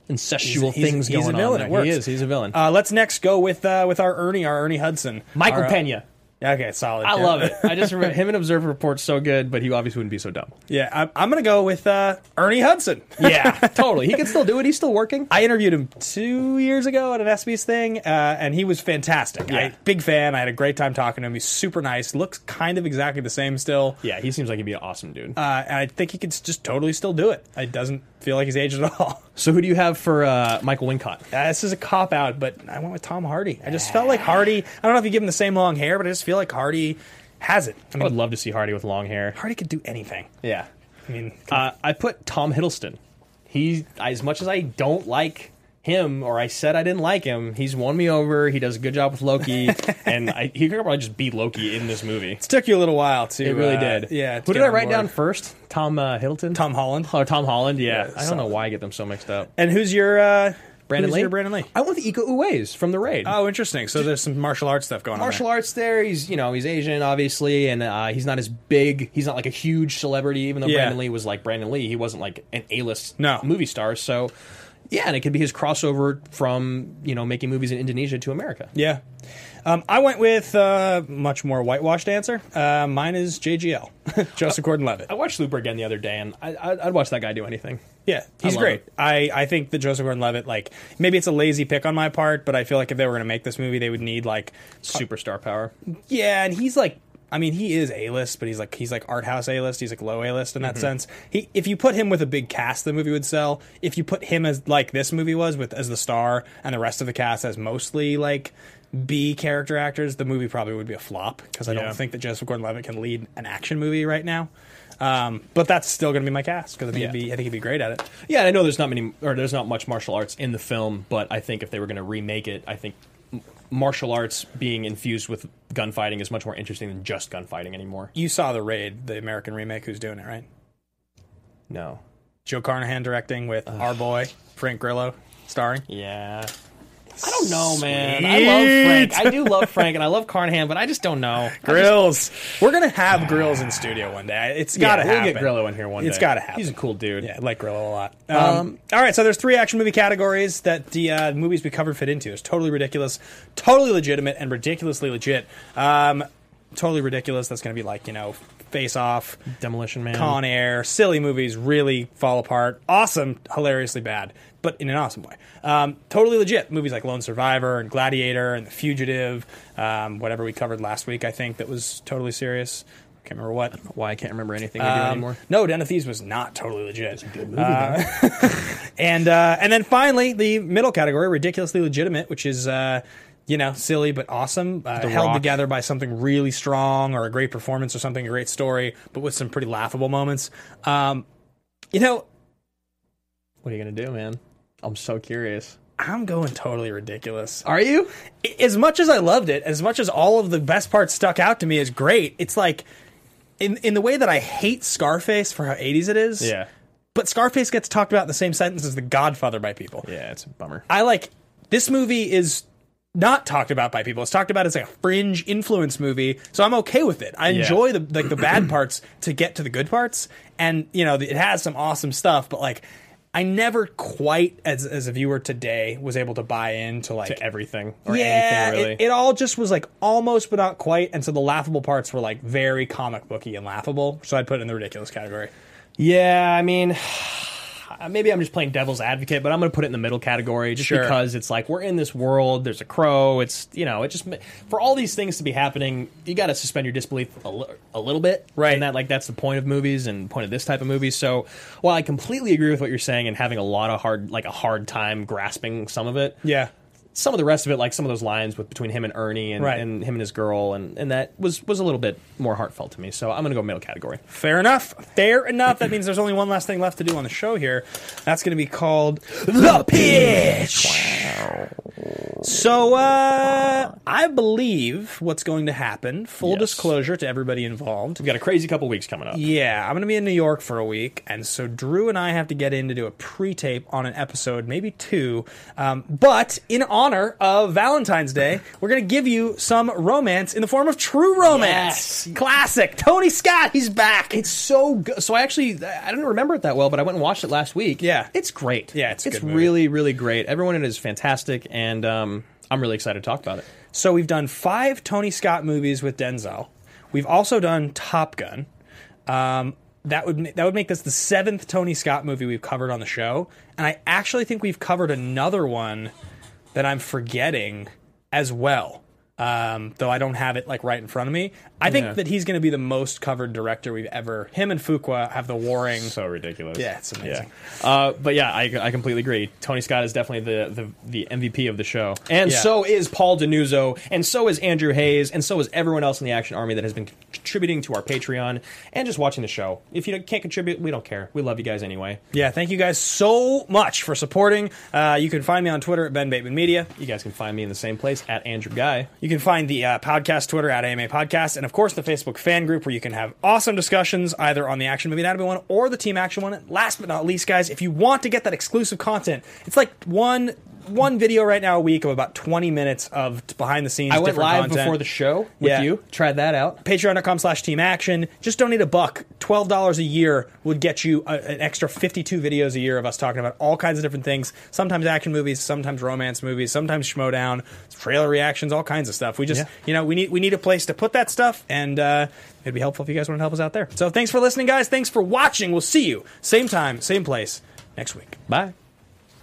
Speaker 3: incestual
Speaker 1: He's-
Speaker 3: things
Speaker 1: he's
Speaker 3: going
Speaker 1: a villain.
Speaker 3: on.
Speaker 1: It
Speaker 3: there.
Speaker 1: works.
Speaker 3: He is. He's a villain.
Speaker 1: Uh, let's next go with uh, with our Ernie, our Ernie Hudson.
Speaker 3: Michael
Speaker 1: Our, uh,
Speaker 3: Pena.
Speaker 1: Okay, solid.
Speaker 3: I
Speaker 1: Yeah.
Speaker 3: love it. I just remember him and Observer Report's so good, but he obviously wouldn't be so dumb.
Speaker 1: Yeah, I, I'm going to go with uh, Ernie Hudson.
Speaker 3: Yeah, totally. He can still do it. He's still working.
Speaker 1: I interviewed him two years ago at an ESPYS thing, uh, and he was fantastic.
Speaker 3: Yeah.
Speaker 1: I, big fan. I had a great time talking to him. He's super nice. Looks kind of exactly the same still.
Speaker 3: Yeah, he seems like he'd be an awesome dude.
Speaker 1: Uh, and I think he could s- just totally still do it. It doesn't feel like he's aged at all.
Speaker 3: so who do you have for uh, Michael Wincott?
Speaker 1: Uh, this is a cop out, but I went with Tom Hardy. I just felt like Hardy. I don't know if you give him the same long hair, but I just feel like Hardy has it. I
Speaker 3: I would
Speaker 1: mean,
Speaker 3: love to see Hardy with long hair.
Speaker 1: Hardy could do anything.
Speaker 3: Yeah.
Speaker 1: I mean,
Speaker 3: Uh, I put Tom Hiddleston. He, as much as I don't like him, or I said I didn't like him. He's won me over. He does a good job with Loki, and I, he could probably just be Loki in this movie.
Speaker 1: It took you a little while to.
Speaker 3: It really
Speaker 1: uh,
Speaker 3: did.
Speaker 1: Yeah. to
Speaker 3: Who
Speaker 1: get
Speaker 3: did I
Speaker 1: on
Speaker 3: write
Speaker 1: board.
Speaker 3: down first? Tom uh, Hiddleton.
Speaker 1: Tom Holland.
Speaker 3: Oh, Tom Holland. Yeah.
Speaker 1: Yeah,
Speaker 3: I don't know why I get them so mixed up.
Speaker 1: And who's your uh,
Speaker 3: Brandon
Speaker 1: who's
Speaker 3: Lee.
Speaker 1: Your Brandon Lee.
Speaker 3: I want the Iko Uwais from the raid.
Speaker 1: Oh, interesting. So there's some martial arts stuff going
Speaker 3: martial
Speaker 1: on.
Speaker 3: arts there. He's you know he's Asian obviously, and uh, he's not as big. He's not like a huge celebrity, even though
Speaker 1: Yeah.
Speaker 3: Brandon Lee was like Brandon Lee. He wasn't like an A list
Speaker 1: No.
Speaker 3: movie star. So yeah, and it could be his crossover from you know making movies in Indonesia to America.
Speaker 1: Yeah. Um, I went with uh, much more whitewashed answer. Uh, mine is JGL, Joseph Gordon-Levitt.
Speaker 3: I watched Looper again the other day, and I, I, I'd watch that guy do anything.
Speaker 1: Yeah, he's
Speaker 3: love
Speaker 1: great.
Speaker 3: him.
Speaker 1: I, I think that Joseph Gordon-Levitt, like maybe it's a lazy pick on my part, but I feel like if they were going to make this movie, they would need like
Speaker 3: Uh, Superstar power.
Speaker 1: Yeah, and he's like I mean, he is A list, but he's like he's like art house A list, he's like low A list in that
Speaker 3: Mm-hmm.
Speaker 1: sense. He if you put him with a big cast, the movie would sell. If you put him as like this movie was with as the star and the rest of the cast as mostly like B character actors, the movie probably would be a flop because I
Speaker 3: Yeah.
Speaker 1: don't think that Joseph Gordon-Levitt can lead an action movie right now. Um, but that's still going to be my cast because I think he'd
Speaker 3: Yeah.
Speaker 1: be I think he'd be great at it.
Speaker 3: Yeah, and I know there's not many or there's not much martial arts in the film, but I think if they were going to remake it, I think m- martial arts being infused with gunfighting is much more interesting than just gunfighting anymore.
Speaker 1: You saw the raid, the American remake. Who's doing it right?
Speaker 3: No.
Speaker 1: Joe Carnahan directing with our boy Frank Grillo starring.
Speaker 3: Yeah. I don't know, man. I love Frank. I do love Frank, and I love Carnahan, but I just don't know.
Speaker 1: Grills. We're gonna have Grills in studio one day. It's gotta
Speaker 3: we'll
Speaker 1: happen.
Speaker 3: get Grillo in here one
Speaker 1: It's
Speaker 3: day.
Speaker 1: gotta happen.
Speaker 3: He's a cool dude.
Speaker 1: Yeah, I like Grillo a lot. Um, all right, so there's three action movie categories that the uh, movies we covered fit into. It's totally ridiculous, totally legitimate, and ridiculously legit. Um, totally ridiculous. That's gonna be like you know, Face Off,
Speaker 3: Demolition Man.
Speaker 1: Con Air, silly movies really fall apart. Awesome, hilariously bad, but in an awesome way. Um, totally legit movies like Lone Survivor and Gladiator and The Fugitive, um, whatever we covered last week, I think that was totally serious. Can't remember what.
Speaker 3: Why I can't remember anything they do
Speaker 1: Um,
Speaker 3: anymore.
Speaker 1: no, Den of Thieves was not totally legit. It's a good movie, and uh, and then finally the middle category, ridiculously legitimate, which is. Uh, you know, silly but awesome, uh,
Speaker 3: The
Speaker 1: held
Speaker 3: Rock.
Speaker 1: together by something really strong or a great performance or something, a great story, but with some pretty laughable moments. Um, you know,
Speaker 3: What are you gonna do, man? I'm so curious.
Speaker 1: I'm going totally ridiculous.
Speaker 3: Are you?
Speaker 1: As much as I loved it, as much as all of the best parts stuck out to me as great, it's like in in the way that I hate Scarface for how 80s it is.
Speaker 3: Yeah.
Speaker 1: But Scarface gets talked about in the same sentence as The Godfather by people.
Speaker 3: Yeah, it's a bummer.
Speaker 1: I like this movie is not talked about by people. It's talked about as a fringe influence movie, so I'm okay with it. I
Speaker 3: Yeah.
Speaker 1: enjoy the like the bad parts to get to the good parts, and you know it has some awesome stuff. But like, I never quite as as a viewer today was able to buy into like
Speaker 3: to everything or
Speaker 1: yeah,
Speaker 3: anything really.
Speaker 1: it, it all just was like almost but not quite, and so the laughable parts were like very comic booky and laughable. So I'd put it in the ridiculous category.
Speaker 3: Yeah, I mean, uh, maybe I'm just playing devil's advocate, but I'm going to put it in the middle category just
Speaker 1: Sure.
Speaker 3: because it's like we're in this world. There's a crow. It's you know, it just for all these things to be happening, you got to suspend your disbelief a, li- a little bit,
Speaker 1: Right.
Speaker 3: And that like that's the point of movies and point of this type of movie. So while I completely agree with what you're saying and having a lot of hard like a hard time grasping some of it,
Speaker 1: Yeah,
Speaker 3: Some of the rest of it, like some of those lines with between him and Ernie and,
Speaker 1: Right.
Speaker 3: and him and his girl, and, and that was was a little bit more heartfelt to me. So I'm gonna go middle category.
Speaker 1: Fair enough. Fair enough. That means there's only one last thing left to do on the show here. That's going to be called The Pitch. So, uh, I believe what's going to happen, full
Speaker 3: Yes.
Speaker 1: disclosure to everybody involved.
Speaker 3: We've got a crazy couple weeks coming up.
Speaker 1: Yeah, I'm going to be in New York for a week. And so Drew and I have to get in to do a pre tape on an episode, maybe two. Um, but in honor of Valentine's Day, we're going to give you some romance in the form of true romance. Classic. Tony Scott, he's back.
Speaker 3: It's so good. So I actually I didn't remember it that well, but I went and watched it last week.
Speaker 1: Yeah.
Speaker 3: it's great.
Speaker 1: Yeah, it's a
Speaker 3: it's
Speaker 1: good movie.
Speaker 3: really really great. Everyone in it is fantastic, and um, I'm really excited to talk about it.
Speaker 1: So we've done five Tony Scott movies with Denzel. We've also done Top Gun. Um, that would ma- that would make this the seventh Tony Scott movie we've covered on the show, and I actually think we've covered another one that I'm forgetting as well. Um, though I don't have it like right in front of me. I think
Speaker 3: Yeah.
Speaker 1: that he's going to be the most covered director we've ever. Him and Fuqua have the warring.
Speaker 3: So ridiculous.
Speaker 1: Yeah, it's amazing.
Speaker 3: Yeah. Uh, but yeah, I, I completely agree. Tony Scott is definitely the, the, the MVP of the show. And
Speaker 1: Yeah.
Speaker 3: so is Paul DiNuzzo, and so is Andrew Hayes, and so is everyone else in the Action Army that has been c- contributing to our Patreon, and just watching the show. If you can't contribute, we don't care. We love you guys anyway.
Speaker 1: Yeah, thank you guys so much for supporting. Uh, you can find me on Twitter at Ben Bateman Media.
Speaker 3: You guys can find me in the same place at Andrew Guy.
Speaker 1: You can find the uh, podcast Twitter at AMA Podcast, and of course the Facebook fan group where you can have awesome discussions either on the Action Movie Anatomy one or the Team Action one. Last but not least, guys, if you want to get that exclusive content, it's like one one video right now a week of about twenty minutes of t- behind the scenes.
Speaker 3: I went
Speaker 1: different
Speaker 3: live
Speaker 1: content.
Speaker 3: before the show with
Speaker 1: Yeah.
Speaker 3: you. Try that out.
Speaker 1: patreon.com slash team action just donate a buck $12 a year would get you a, an extra 52 videos a year of us talking about all kinds of different things sometimes action movies sometimes romance movies sometimes schmodown trailer reactions all kinds of stuff we just
Speaker 3: Yeah.
Speaker 1: you know we need we need a place to put that stuff and uh, it'd be helpful if you guys want to help us out there so thanks for listening guys thanks for watching we'll see you same time same place next week
Speaker 3: Bye.